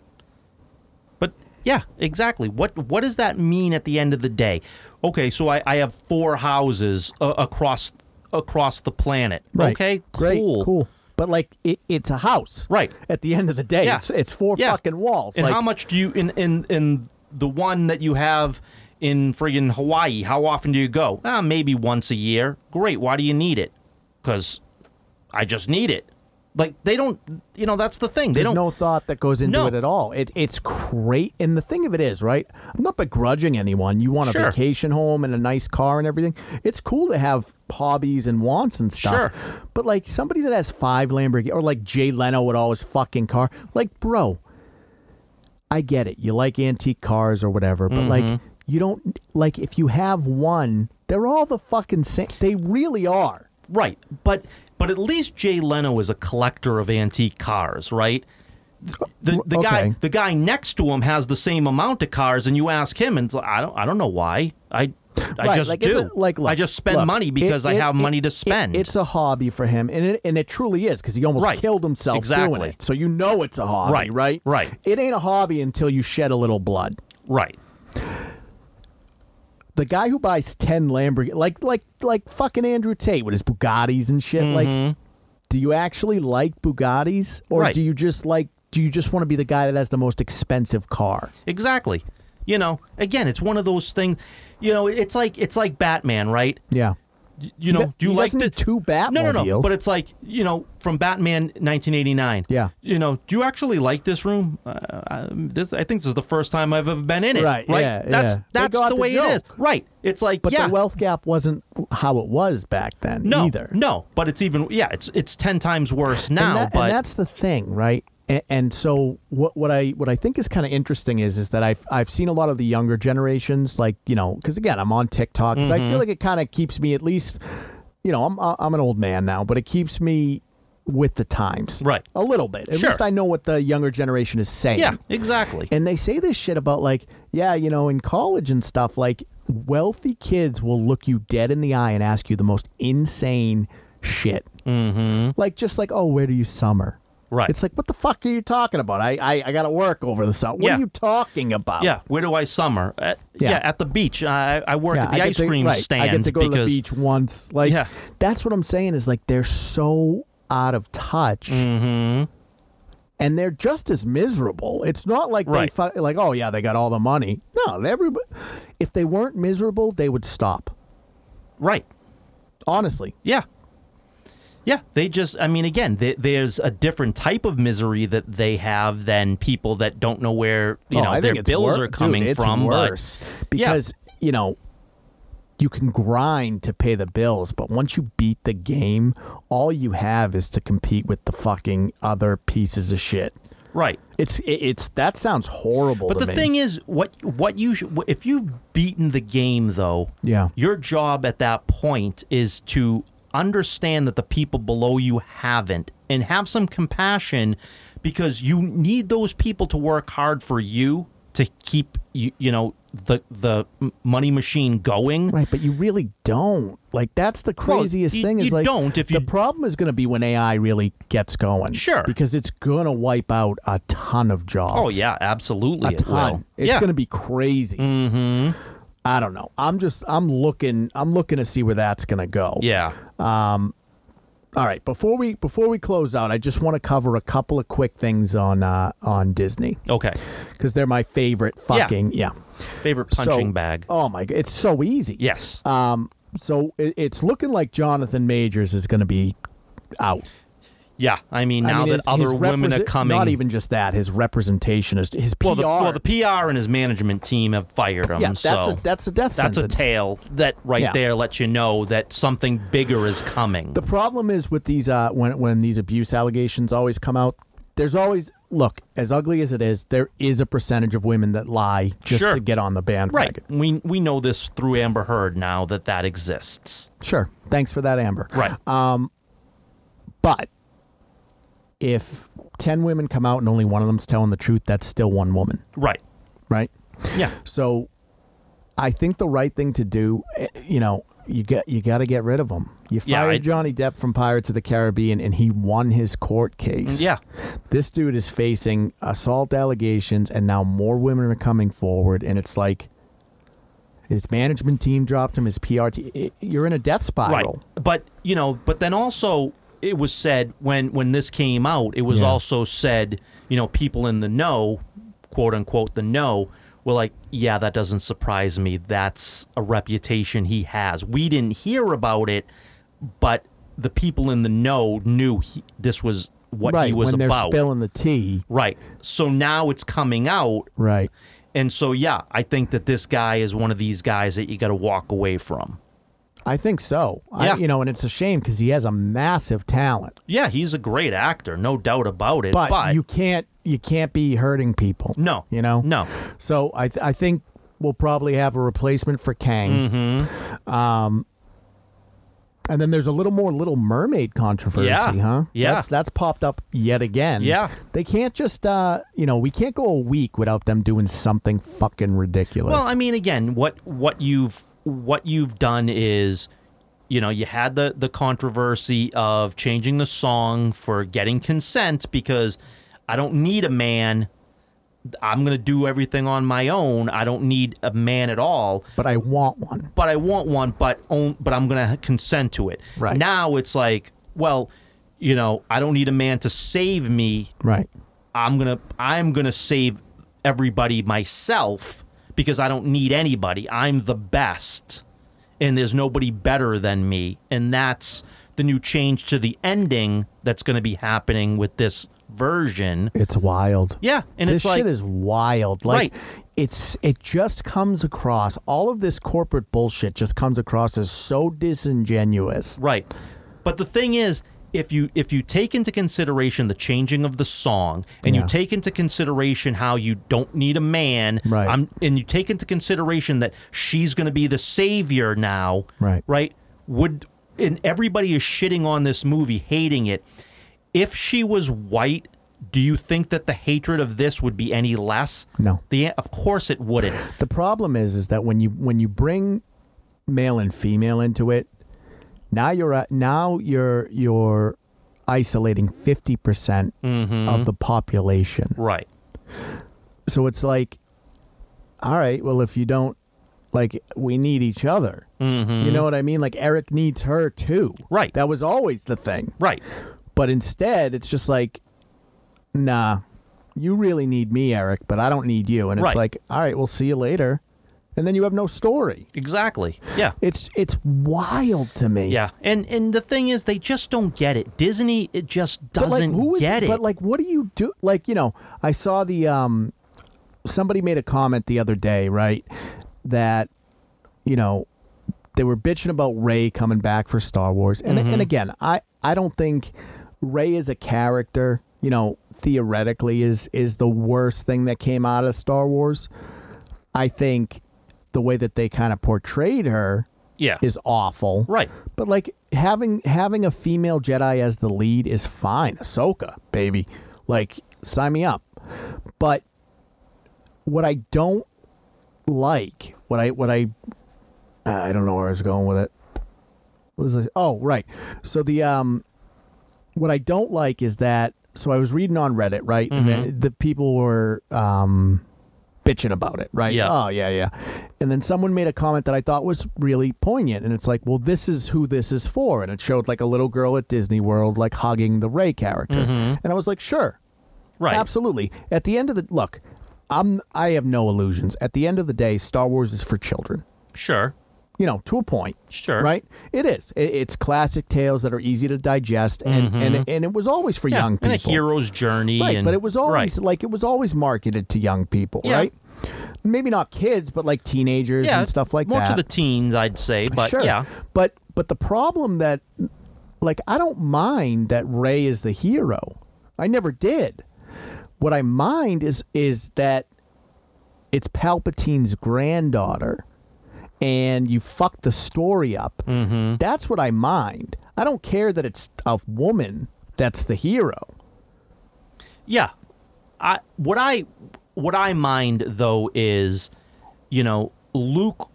[SPEAKER 2] But yeah, exactly. What what does that mean at the end of the day? Okay, so I, I have four houses uh, across across the planet. Okay, cool.
[SPEAKER 1] Great, cool. But like it, it's a house.
[SPEAKER 2] Right.
[SPEAKER 1] At the end of the day,
[SPEAKER 2] Yeah.
[SPEAKER 1] it's it's four
[SPEAKER 2] Yeah.
[SPEAKER 1] fucking walls.
[SPEAKER 2] And
[SPEAKER 1] like
[SPEAKER 2] how much do you in in in the one that you have in friggin' Hawaii? How often do you go? Ah, maybe once a year. Great. Why do you need it? Because I just need it. Like they don't. You know that's the thing. They
[SPEAKER 1] There's
[SPEAKER 2] don't.
[SPEAKER 1] no thought that goes into
[SPEAKER 2] No.
[SPEAKER 1] it at all. It, it's great. And the thing of it is, right? I'm not begrudging anyone. You want a
[SPEAKER 2] Sure.
[SPEAKER 1] vacation home and a nice car and everything. It's cool to have hobbies and wants and stuff.
[SPEAKER 2] Sure.
[SPEAKER 1] But like somebody that has five Lamborghini or like Jay Leno with all his fucking car, like, bro, I get it. You like antique cars or whatever, but
[SPEAKER 2] Mm-hmm.
[SPEAKER 1] like, you don't, like, if you have one, they're all the fucking same. They really are.
[SPEAKER 2] Right, but but at least Jay Leno is a collector of antique cars, right? The the
[SPEAKER 1] okay.
[SPEAKER 2] guy the guy next to him has the same amount of cars, and you ask him, and it's like, I don't I don't know why I I
[SPEAKER 1] Right,
[SPEAKER 2] just
[SPEAKER 1] like, it's
[SPEAKER 2] do
[SPEAKER 1] a- like, look,
[SPEAKER 2] I just spend
[SPEAKER 1] look,
[SPEAKER 2] money because
[SPEAKER 1] it-
[SPEAKER 2] I
[SPEAKER 1] it-
[SPEAKER 2] have
[SPEAKER 1] it-
[SPEAKER 2] money to
[SPEAKER 1] it-
[SPEAKER 2] spend.
[SPEAKER 1] it's a hobby for him, and it, and it truly is because he almost
[SPEAKER 2] Right.
[SPEAKER 1] killed himself doing
[SPEAKER 2] Exactly.
[SPEAKER 1] it. So you know it's a hobby,
[SPEAKER 2] Right,
[SPEAKER 1] Right?
[SPEAKER 2] right.
[SPEAKER 1] It ain't a hobby until you shed a little blood.
[SPEAKER 2] right,
[SPEAKER 1] The guy who buys ten Lamborghini, like like like fucking Andrew Tate with his Bugattis and shit. Like, do you actually like Bugattis, or
[SPEAKER 2] Mm-hmm. Right.
[SPEAKER 1] do you just like? Do you just want to be the guy that has the most expensive car?
[SPEAKER 2] exactly. You know, again, it's one of those things. You know, it's like it's like Batman, right?
[SPEAKER 1] Yeah.
[SPEAKER 2] Y- You know,
[SPEAKER 1] No,
[SPEAKER 2] do you
[SPEAKER 1] he
[SPEAKER 2] like
[SPEAKER 1] doesn't
[SPEAKER 2] the
[SPEAKER 1] need two
[SPEAKER 2] No, no, no.
[SPEAKER 1] Batmobiles.
[SPEAKER 2] But it's like you know, from Batman 1989.
[SPEAKER 1] Yeah.
[SPEAKER 2] You know, do you actually like this room? Uh, I, this, I think this is the first time I've ever been in it.
[SPEAKER 1] Right, yeah,
[SPEAKER 2] That's
[SPEAKER 1] yeah. They
[SPEAKER 2] that's
[SPEAKER 1] got
[SPEAKER 2] the
[SPEAKER 1] the
[SPEAKER 2] way it is.
[SPEAKER 1] joke.
[SPEAKER 2] Right. It's like
[SPEAKER 1] But
[SPEAKER 2] yeah.
[SPEAKER 1] the wealth gap wasn't how it was back then
[SPEAKER 2] no,
[SPEAKER 1] either.
[SPEAKER 2] no. But it's even yeah. It's it's ten times worse now.
[SPEAKER 1] and, that-
[SPEAKER 2] but
[SPEAKER 1] and that's the thing, right? And, and so what what I what I think is kind of interesting is is that I've I've seen a lot of the younger generations, like you know, because again, I'm on TikTok, 'cause
[SPEAKER 2] Mm-hmm.
[SPEAKER 1] I feel like it kind of keeps me at least, you know, I'm I'm an old man now, but it keeps me with the times,
[SPEAKER 2] Right.
[SPEAKER 1] A little bit, at
[SPEAKER 2] Sure.
[SPEAKER 1] least I know what the younger generation is saying,
[SPEAKER 2] yeah, exactly.
[SPEAKER 1] and they say this shit about like, yeah, you know, in college and stuff, like wealthy kids will look you dead in the eye and ask you the most insane shit. Mm-hmm. Like just like, oh, where do you summer?
[SPEAKER 2] Right.
[SPEAKER 1] It's like, what the fuck are you talking about? I I, I got to work over the summer. What
[SPEAKER 2] Yeah.
[SPEAKER 1] are you talking about?
[SPEAKER 2] yeah. Where do I summer? At,
[SPEAKER 1] Yeah.
[SPEAKER 2] yeah. At the beach. I I work at
[SPEAKER 1] I
[SPEAKER 2] the
[SPEAKER 1] get
[SPEAKER 2] ice
[SPEAKER 1] to-
[SPEAKER 2] cream
[SPEAKER 1] right,
[SPEAKER 2] stand
[SPEAKER 1] I get to go
[SPEAKER 2] because
[SPEAKER 1] to the beach once. Like
[SPEAKER 2] Yeah.
[SPEAKER 1] that's what I'm saying is like they're so out of touch.
[SPEAKER 2] Mm-hmm.
[SPEAKER 1] And they're just as miserable. It's not like
[SPEAKER 2] Right.
[SPEAKER 1] they fu- like oh yeah they got all the money. No, everybody. If they weren't miserable, they would stop.
[SPEAKER 2] right.
[SPEAKER 1] Honestly,
[SPEAKER 2] Yeah. Yeah, they just, I mean, again, th there's a different type of misery that they have than people that don't know where, you
[SPEAKER 1] Oh,
[SPEAKER 2] know,
[SPEAKER 1] I
[SPEAKER 2] their
[SPEAKER 1] think it's
[SPEAKER 2] bills
[SPEAKER 1] wor-
[SPEAKER 2] are coming
[SPEAKER 1] dude, it's
[SPEAKER 2] from. but-
[SPEAKER 1] Worse because you know you can grind to pay the bills, but once you beat the game, all you have is to compete with the fucking other pieces of shit.
[SPEAKER 2] Right.
[SPEAKER 1] It's it, it's that sounds horrible.
[SPEAKER 2] But
[SPEAKER 1] to
[SPEAKER 2] the
[SPEAKER 1] me.
[SPEAKER 2] thing is, what what you should, if you've beaten the game though,
[SPEAKER 1] Yeah.
[SPEAKER 2] your job at that point is to understand that the people below you haven't, and have some compassion, because you need those people to work hard for you to keep you you know the the m- money machine going.
[SPEAKER 1] Right, but you really don't. Like that's the
[SPEAKER 2] Well,
[SPEAKER 1] craziest
[SPEAKER 2] you-
[SPEAKER 1] thing is
[SPEAKER 2] you
[SPEAKER 1] like
[SPEAKER 2] don't if you-
[SPEAKER 1] the problem is going to be when AI really gets going.
[SPEAKER 2] Sure.
[SPEAKER 1] because it's going to wipe out a ton of jobs.
[SPEAKER 2] Oh yeah, absolutely.
[SPEAKER 1] a
[SPEAKER 2] it
[SPEAKER 1] ton.
[SPEAKER 2] will.
[SPEAKER 1] It's
[SPEAKER 2] yeah.
[SPEAKER 1] going to be crazy. Mm-hmm. I don't know. I'm just I'm looking I'm looking to see where that's going to go.
[SPEAKER 2] yeah.
[SPEAKER 1] All right. Before we before we close out, I just want to cover a couple of quick things on uh, on Disney
[SPEAKER 2] Okay.
[SPEAKER 1] because they're my favorite. Fucking yeah.
[SPEAKER 2] Favorite
[SPEAKER 1] So-
[SPEAKER 2] punching bag.
[SPEAKER 1] Oh my god, it's so easy.
[SPEAKER 2] Yes.
[SPEAKER 1] Um, so it, it's looking like Jonathan Majors is going to be out.
[SPEAKER 2] Yeah, I mean
[SPEAKER 1] I
[SPEAKER 2] now
[SPEAKER 1] mean,
[SPEAKER 2] that
[SPEAKER 1] his-
[SPEAKER 2] other
[SPEAKER 1] his
[SPEAKER 2] women are
[SPEAKER 1] represent-
[SPEAKER 2] coming,
[SPEAKER 1] Not even just that. His representation is his PR.
[SPEAKER 2] well, the, well, the PR and his management team have fired him.
[SPEAKER 1] yeah, that's
[SPEAKER 2] so
[SPEAKER 1] a that's a death
[SPEAKER 2] that's a
[SPEAKER 1] sentence.
[SPEAKER 2] tale that right
[SPEAKER 1] Yeah.
[SPEAKER 2] there lets you know that something bigger is coming.
[SPEAKER 1] The problem is with these uh, when when these abuse allegations always come out. There's always look as ugly as it is. There is a percentage of women that lie just
[SPEAKER 2] Sure.
[SPEAKER 1] to get on the bandwagon.
[SPEAKER 2] right. We we know this through Amber Heard now that that exists.
[SPEAKER 1] Sure. Thanks for that, Amber.
[SPEAKER 2] Right.
[SPEAKER 1] But if ten women come out and only one of them's telling the truth, that's still one woman,
[SPEAKER 2] right.
[SPEAKER 1] right?
[SPEAKER 2] Yeah.
[SPEAKER 1] So I think the right thing to do, eh, you know, you get you got to get rid of him. You fired
[SPEAKER 2] Yeah, I-
[SPEAKER 1] Johnny Depp from Pirates of the Caribbean, and he won his court case.
[SPEAKER 2] Yeah.
[SPEAKER 1] this dude is facing assault allegations, and now more women are coming forward, and it's like his management team dropped him, his PR team. i- eh, You're in a death spiral.
[SPEAKER 2] Right. But you know, but then also it was said when when this came out, it was
[SPEAKER 1] Yeah.
[SPEAKER 2] also said, you know, people in the know, quote unquote the know, were like, yeah, that doesn't surprise me. That's a reputation he has. We didn't hear about it, but the people in the know knew he, this was what
[SPEAKER 1] right
[SPEAKER 2] he was
[SPEAKER 1] when
[SPEAKER 2] about.
[SPEAKER 1] they're spilling the tea.
[SPEAKER 2] right. So now it's coming out.
[SPEAKER 1] Right.
[SPEAKER 2] And so yeah, I think that this guy is one of these guys that you got to walk away from.
[SPEAKER 1] I think so. I-
[SPEAKER 2] Yeah.
[SPEAKER 1] you know, and it's a shame because he has a massive talent,
[SPEAKER 2] Yeah, he's a great actor, no doubt about it.
[SPEAKER 1] but,
[SPEAKER 2] But,
[SPEAKER 1] you can't you can't be hurting people.
[SPEAKER 2] no,
[SPEAKER 1] you know.
[SPEAKER 2] no,
[SPEAKER 1] So I th- I think we'll probably have a replacement for Kang. Mm-hmm. Um, and then there's a little more Little Mermaid controversy,
[SPEAKER 2] Yeah.
[SPEAKER 1] huh?
[SPEAKER 2] Yeah.
[SPEAKER 1] that's that's popped up yet again.
[SPEAKER 2] Yeah.
[SPEAKER 1] they can't just uh, you know, we can't go a week without them doing something fucking ridiculous.
[SPEAKER 2] Well, I mean, again, what what you've what you've done is, you know, you had the the controversy of changing the song for getting consent because I don't need a man. I'm gonna do everything on my own. I don't need a man at all.
[SPEAKER 1] but I want one.
[SPEAKER 2] but I want one, but on, but I'm gonna consent to it.
[SPEAKER 1] Right.
[SPEAKER 2] now, it's like, well, you know, I don't need a man to save me.
[SPEAKER 1] Right,
[SPEAKER 2] I'm gonna I'm gonna save everybody myself because I don't need anybody. I'm the best, and there's nobody better than me. And that's the new change to the ending that's gonna be happening with this version.
[SPEAKER 1] it's wild.
[SPEAKER 2] Yeah, and
[SPEAKER 1] this
[SPEAKER 2] it's like
[SPEAKER 1] shit is wild. Like
[SPEAKER 2] Right.
[SPEAKER 1] it's it just comes across all of this corporate bullshit just comes across as so disingenuous.
[SPEAKER 2] Right. But the thing is, if you if you take into consideration the changing of the song, and
[SPEAKER 1] Yeah.
[SPEAKER 2] you take into consideration how you don't need a man,
[SPEAKER 1] Right.
[SPEAKER 2] I'm, and you take into consideration that she's going to be the savior now,
[SPEAKER 1] Right.
[SPEAKER 2] Right? Would and everybody is shitting on this movie, hating it. If she was white, do you think that the hatred of this would be any less?
[SPEAKER 1] No.
[SPEAKER 2] The of course it wouldn't.
[SPEAKER 1] The problem is is that when you when you bring male and female into it, now you're at, now you're you're isolating 50% percent
[SPEAKER 2] Mm-hmm.
[SPEAKER 1] of the population.
[SPEAKER 2] Right.
[SPEAKER 1] So it's like all right, well if you don't like we need each other. You know what I mean? Like Eric needs her too.
[SPEAKER 2] Mm-hmm. Right.
[SPEAKER 1] That was always the thing.
[SPEAKER 2] Right.
[SPEAKER 1] But instead, it's just like, nah, you really need me, Eric, but I don't need you. And it's
[SPEAKER 2] Right.
[SPEAKER 1] like, all right, we'll see you later. And then you have no story.
[SPEAKER 2] Exactly. Yeah.
[SPEAKER 1] It's it's wild to me.
[SPEAKER 2] Yeah, and and the thing is, they just don't get it. Disney it just
[SPEAKER 1] But like,
[SPEAKER 2] doesn't
[SPEAKER 1] who is
[SPEAKER 2] get it.
[SPEAKER 1] But like, what do you do? Like, you know, I saw the um, somebody made a comment the other day, right? That, you know, they were bitching about Ray coming back for Star Wars, and
[SPEAKER 2] Mm-hmm.
[SPEAKER 1] and again, I I don't think Ray is a character. You know, theoretically, is is the worst thing that came out of Star Wars. I think the way that they kind of portrayed her
[SPEAKER 2] yeah,
[SPEAKER 1] is awful.
[SPEAKER 2] right.
[SPEAKER 1] But like having having a female Jedi as the lead is fine. Ahsoka, baby. Like sign me up. But what I don't like, what I what I I don't know where I was going with it. What was I? Oh, right. So the um what I don't like is that so I was reading on Reddit, right? And the, the people were um bitching about it, right?
[SPEAKER 2] Yeah.
[SPEAKER 1] Oh, yeah, yeah. And then someone made a comment that I thought was really poignant. And it's like, well, this is who this is for. And it showed like a little girl at Disney World, like hugging the Ray character. And I was like, sure,
[SPEAKER 2] Right.
[SPEAKER 1] absolutely. At the end of the look, I'm I have no illusions. At the end of the day, Star Wars is for children.
[SPEAKER 2] Sure.
[SPEAKER 1] you know, to a point.
[SPEAKER 2] Sure.
[SPEAKER 1] Right? It is. It, it's classic tales that are easy to digest, and and, and it was always for
[SPEAKER 2] Mm-hmm. Yeah,
[SPEAKER 1] young people.
[SPEAKER 2] and a hero's journey.
[SPEAKER 1] right,
[SPEAKER 2] and,
[SPEAKER 1] but it was always
[SPEAKER 2] right.
[SPEAKER 1] like it was always marketed to young people,
[SPEAKER 2] Yeah.
[SPEAKER 1] right? Maybe not kids, but like teenagers
[SPEAKER 2] yeah,
[SPEAKER 1] and stuff like
[SPEAKER 2] more
[SPEAKER 1] that.
[SPEAKER 2] to the teens, I'd say. But
[SPEAKER 1] sure.
[SPEAKER 2] yeah,
[SPEAKER 1] But but the problem that like I don't mind that Ray is the hero. I never did. What I mind is is that it's Palpatine's granddaughter and you fuck the story up.
[SPEAKER 2] Mm-hmm.
[SPEAKER 1] That's what I mind. I don't care that it's a woman that's the hero.
[SPEAKER 2] yeah. I what I what I mind though is, you know, Luke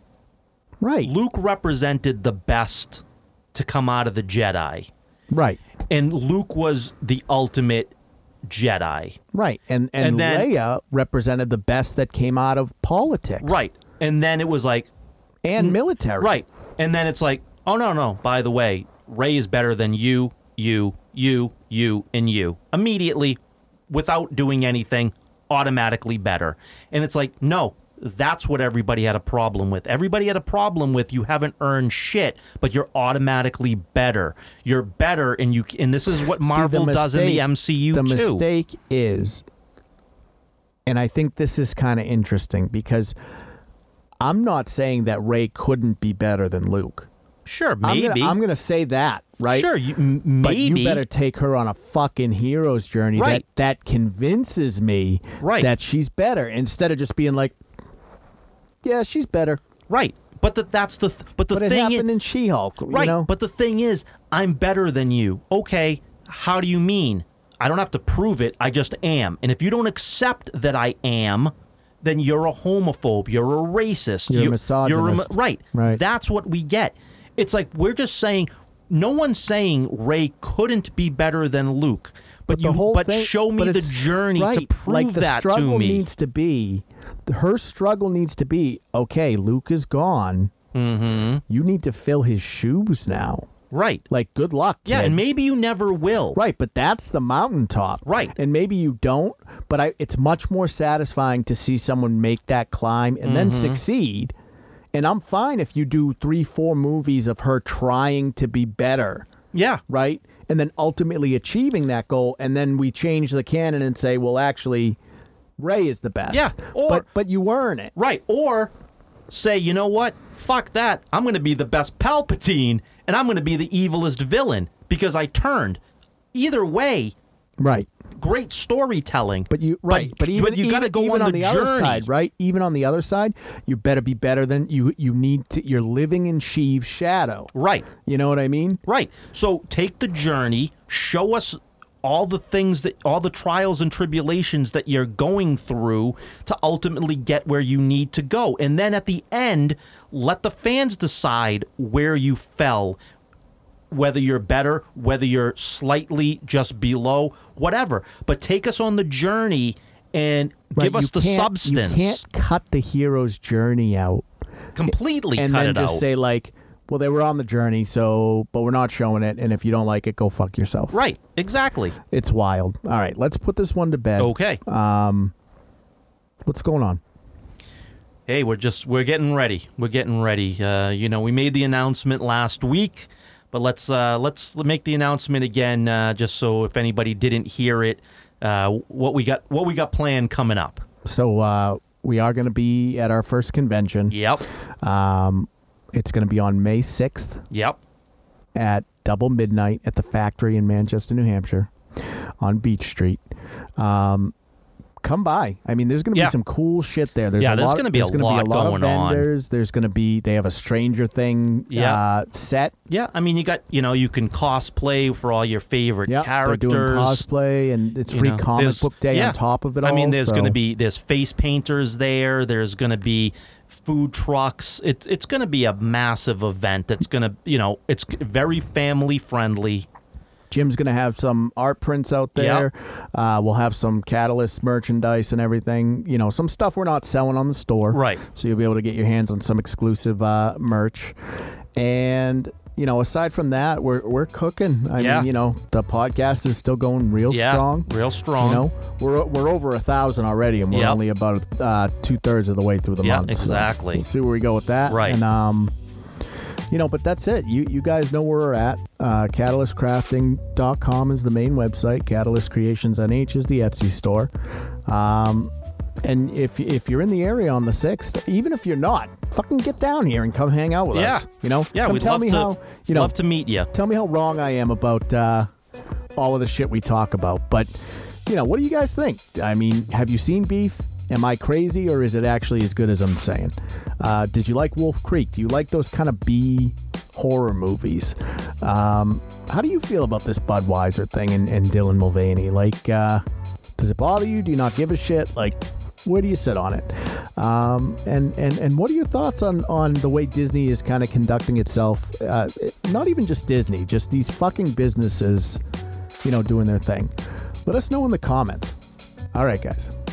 [SPEAKER 1] Right.
[SPEAKER 2] Luke represented the best to come out of the Jedi,
[SPEAKER 1] Right.
[SPEAKER 2] and Luke was the ultimate Jedi.
[SPEAKER 1] Right. And and,
[SPEAKER 2] And then-
[SPEAKER 1] Leia represented the best that came out of politics.
[SPEAKER 2] Right. And then it was like,
[SPEAKER 1] And military.
[SPEAKER 2] right. And then it's like, oh no, no, by the way, Ray is better than you, you, you, you, and you. Immediately, without doing anything, automatically better. And it's like, no, that's what everybody had a problem with. Everybody had a problem with you haven't earned shit, but you're automatically better. You're better and you and this is what
[SPEAKER 1] See, the
[SPEAKER 2] Marvel does in the
[SPEAKER 1] mistake-
[SPEAKER 2] MCU
[SPEAKER 1] The
[SPEAKER 2] too.
[SPEAKER 1] mistake is, and I think this is kind of interesting because I'm not saying that Ray couldn't be better than Luke.
[SPEAKER 2] Sure,
[SPEAKER 1] I'm
[SPEAKER 2] maybe.
[SPEAKER 1] gonna, I'm gonna say that, right?
[SPEAKER 2] Sure, you, m-
[SPEAKER 1] But
[SPEAKER 2] maybe.
[SPEAKER 1] you better take her on a fucking hero's journey
[SPEAKER 2] Right.
[SPEAKER 1] that that convinces me
[SPEAKER 2] Right.
[SPEAKER 1] that she's better instead of just being like, yeah, she's better.
[SPEAKER 2] Right. But the, that's the th- but the
[SPEAKER 1] But it
[SPEAKER 2] thing i-
[SPEAKER 1] happened in She-Hulk,
[SPEAKER 2] right.
[SPEAKER 1] you know?
[SPEAKER 2] But the thing is, I'm better than you. Okay. How do you mean? I don't have to prove it. I just am. And if you don't accept that I am, then you're a homophobe. You're a racist.
[SPEAKER 1] You're a
[SPEAKER 2] mi-
[SPEAKER 1] misogynist.
[SPEAKER 2] right.
[SPEAKER 1] Right.
[SPEAKER 2] That's what we get. It's like we're just saying. No one's saying Ray couldn't be better than Luke. But,
[SPEAKER 1] the
[SPEAKER 2] you.
[SPEAKER 1] whole
[SPEAKER 2] but
[SPEAKER 1] thing-
[SPEAKER 2] show me
[SPEAKER 1] but
[SPEAKER 2] the
[SPEAKER 1] it's-
[SPEAKER 2] journey to
[SPEAKER 1] right,
[SPEAKER 2] prove
[SPEAKER 1] like the
[SPEAKER 2] that
[SPEAKER 1] struggle
[SPEAKER 2] to me.
[SPEAKER 1] needs to be her struggle needs to be okay luke is gone mm-hmm. you need to fill his shoes now
[SPEAKER 2] right.
[SPEAKER 1] like good luck
[SPEAKER 2] yeah.
[SPEAKER 1] kid.
[SPEAKER 2] And maybe you never will.
[SPEAKER 1] right but that's the mountaintop
[SPEAKER 2] Right.
[SPEAKER 1] and maybe you don't but I, it's much more satisfying to see someone make that climb and then
[SPEAKER 2] Mm-hmm.
[SPEAKER 1] succeed and i'm fine if you do three four movies of her trying to be better
[SPEAKER 2] Yeah.
[SPEAKER 1] right? And then ultimately achieving that goal, and then we change the canon and say, well, actually, Ray is the best.
[SPEAKER 2] Yeah, or-
[SPEAKER 1] but but you earn it.
[SPEAKER 2] Right. Or say, you know what? Fuck that. I'm going to be the best Palpatine and I'm going to be the evilest villain because I turned. Either way,
[SPEAKER 1] Right.
[SPEAKER 2] great storytelling.
[SPEAKER 1] But you right. But, even
[SPEAKER 2] you got to
[SPEAKER 1] even-
[SPEAKER 2] go
[SPEAKER 1] even
[SPEAKER 2] on,
[SPEAKER 1] on
[SPEAKER 2] the,
[SPEAKER 1] other
[SPEAKER 2] journey.
[SPEAKER 1] side, right? Even on the other side, you better be better than you. You need to. You're living in Sheev's shadow.
[SPEAKER 2] Right.
[SPEAKER 1] You know what I mean?
[SPEAKER 2] Right. So take the journey, show us all the things that all the trials and tribulations that you're going through to ultimately get where you need to go. And then at the end, let the fans decide where you fell, whether you're better, whether you're slightly just below, whatever. But take us on the journey and
[SPEAKER 1] Right,
[SPEAKER 2] give us
[SPEAKER 1] you
[SPEAKER 2] the
[SPEAKER 1] can't-
[SPEAKER 2] substance
[SPEAKER 1] You can't cut the hero's journey out
[SPEAKER 2] completely
[SPEAKER 1] and
[SPEAKER 2] cut
[SPEAKER 1] then
[SPEAKER 2] it
[SPEAKER 1] just
[SPEAKER 2] out.
[SPEAKER 1] say like, well, they were on the journey, so but we're not showing it. And if you don't like it, go fuck yourself.
[SPEAKER 2] right. Exactly.
[SPEAKER 1] It's wild. All right, let's put this one to bed.
[SPEAKER 2] Okay.
[SPEAKER 1] What's going on?
[SPEAKER 2] hey we're just we're getting ready we're getting ready uh, you know we made the announcement last week but let's uh, let's make the announcement again uh, just so if anybody didn't hear it uh, what we got what we got planned coming up
[SPEAKER 1] So uh, we are going to be at our first convention.
[SPEAKER 2] yep
[SPEAKER 1] Um, it's going to be on May sixth
[SPEAKER 2] yep
[SPEAKER 1] at double midnight at the factory in Manchester, New Hampshire, on Beach Street. Um, come by. I mean, there's going to
[SPEAKER 2] Yeah.
[SPEAKER 1] be some cool shit there. There's
[SPEAKER 2] Yeah,
[SPEAKER 1] a
[SPEAKER 2] there's
[SPEAKER 1] lot,
[SPEAKER 2] gonna be a
[SPEAKER 1] there's gonna
[SPEAKER 2] lot
[SPEAKER 1] be a lot
[SPEAKER 2] going
[SPEAKER 1] of
[SPEAKER 2] on.
[SPEAKER 1] vendors. There's going to be they have a Stranger Thing
[SPEAKER 2] Yeah.
[SPEAKER 1] uh, set.
[SPEAKER 2] yeah i mean you got you know you can cosplay for all your favorite
[SPEAKER 1] Yeah, they're
[SPEAKER 2] characters
[SPEAKER 1] doing cosplay and it's
[SPEAKER 2] you
[SPEAKER 1] free
[SPEAKER 2] know,
[SPEAKER 1] comic
[SPEAKER 2] there's-
[SPEAKER 1] book day
[SPEAKER 2] yeah.
[SPEAKER 1] on top of it
[SPEAKER 2] I
[SPEAKER 1] all.
[SPEAKER 2] mean, there's going
[SPEAKER 1] so-
[SPEAKER 2] to be there's face painters there. There's going to be food trucks. It's it's going to be a massive event. That's going to you know it's very family friendly.
[SPEAKER 1] Jim's going to have some art prints out there.
[SPEAKER 2] Yep.
[SPEAKER 1] Uh, we'll have some Catalyst merchandise and everything. You know, some stuff we're not selling on the store.
[SPEAKER 2] Right.
[SPEAKER 1] So you'll be able to get your hands on some exclusive uh, merch. And, you know, aside from that, we're, we're cooking. I
[SPEAKER 2] Yeah.
[SPEAKER 1] mean, you know, the podcast is still going real
[SPEAKER 2] Yeah,
[SPEAKER 1] strong.
[SPEAKER 2] real strong.
[SPEAKER 1] You know, we're, we're over a thousand already, and we're
[SPEAKER 2] Yep.
[SPEAKER 1] only about uh, two thirds of the way through the
[SPEAKER 2] Yeah,
[SPEAKER 1] month. So
[SPEAKER 2] exactly.
[SPEAKER 1] we'll see where we go with that.
[SPEAKER 2] Right.
[SPEAKER 1] And um, you know, but that's it. You you guys know where we're at. Uh, CatalystCrafting.com is the main website. Catalyst Creations NH is the Etsy store. Um, and if if you're in the area on the sixth, even if you're not, fucking get down here and come hang out with
[SPEAKER 2] Yeah.
[SPEAKER 1] us. You know,
[SPEAKER 2] Yeah,
[SPEAKER 1] Come
[SPEAKER 2] we'd
[SPEAKER 1] tell
[SPEAKER 2] love
[SPEAKER 1] me
[SPEAKER 2] to,
[SPEAKER 1] how you know
[SPEAKER 2] love to meet you.
[SPEAKER 1] tell me how wrong I am about uh, all of the shit we talk about. But you know, what do you guys think? I mean, have you seen Beef? Am I crazy, or is it actually as good as I'm saying? Uh, did you like Wolf Creek? Do you like those kind of B horror movies? Um, how do you feel about this Budweiser thing and, and Dylan Mulvaney? Like, uh, does it bother you? Do you not give a shit? Like, where do you sit on it? Um, and, and and what are your thoughts on on the way Disney is kind of conducting itself? Uh, it- not even just Disney, just these fucking businesses, you know, doing their thing. Let us know in the comments. All right, guys,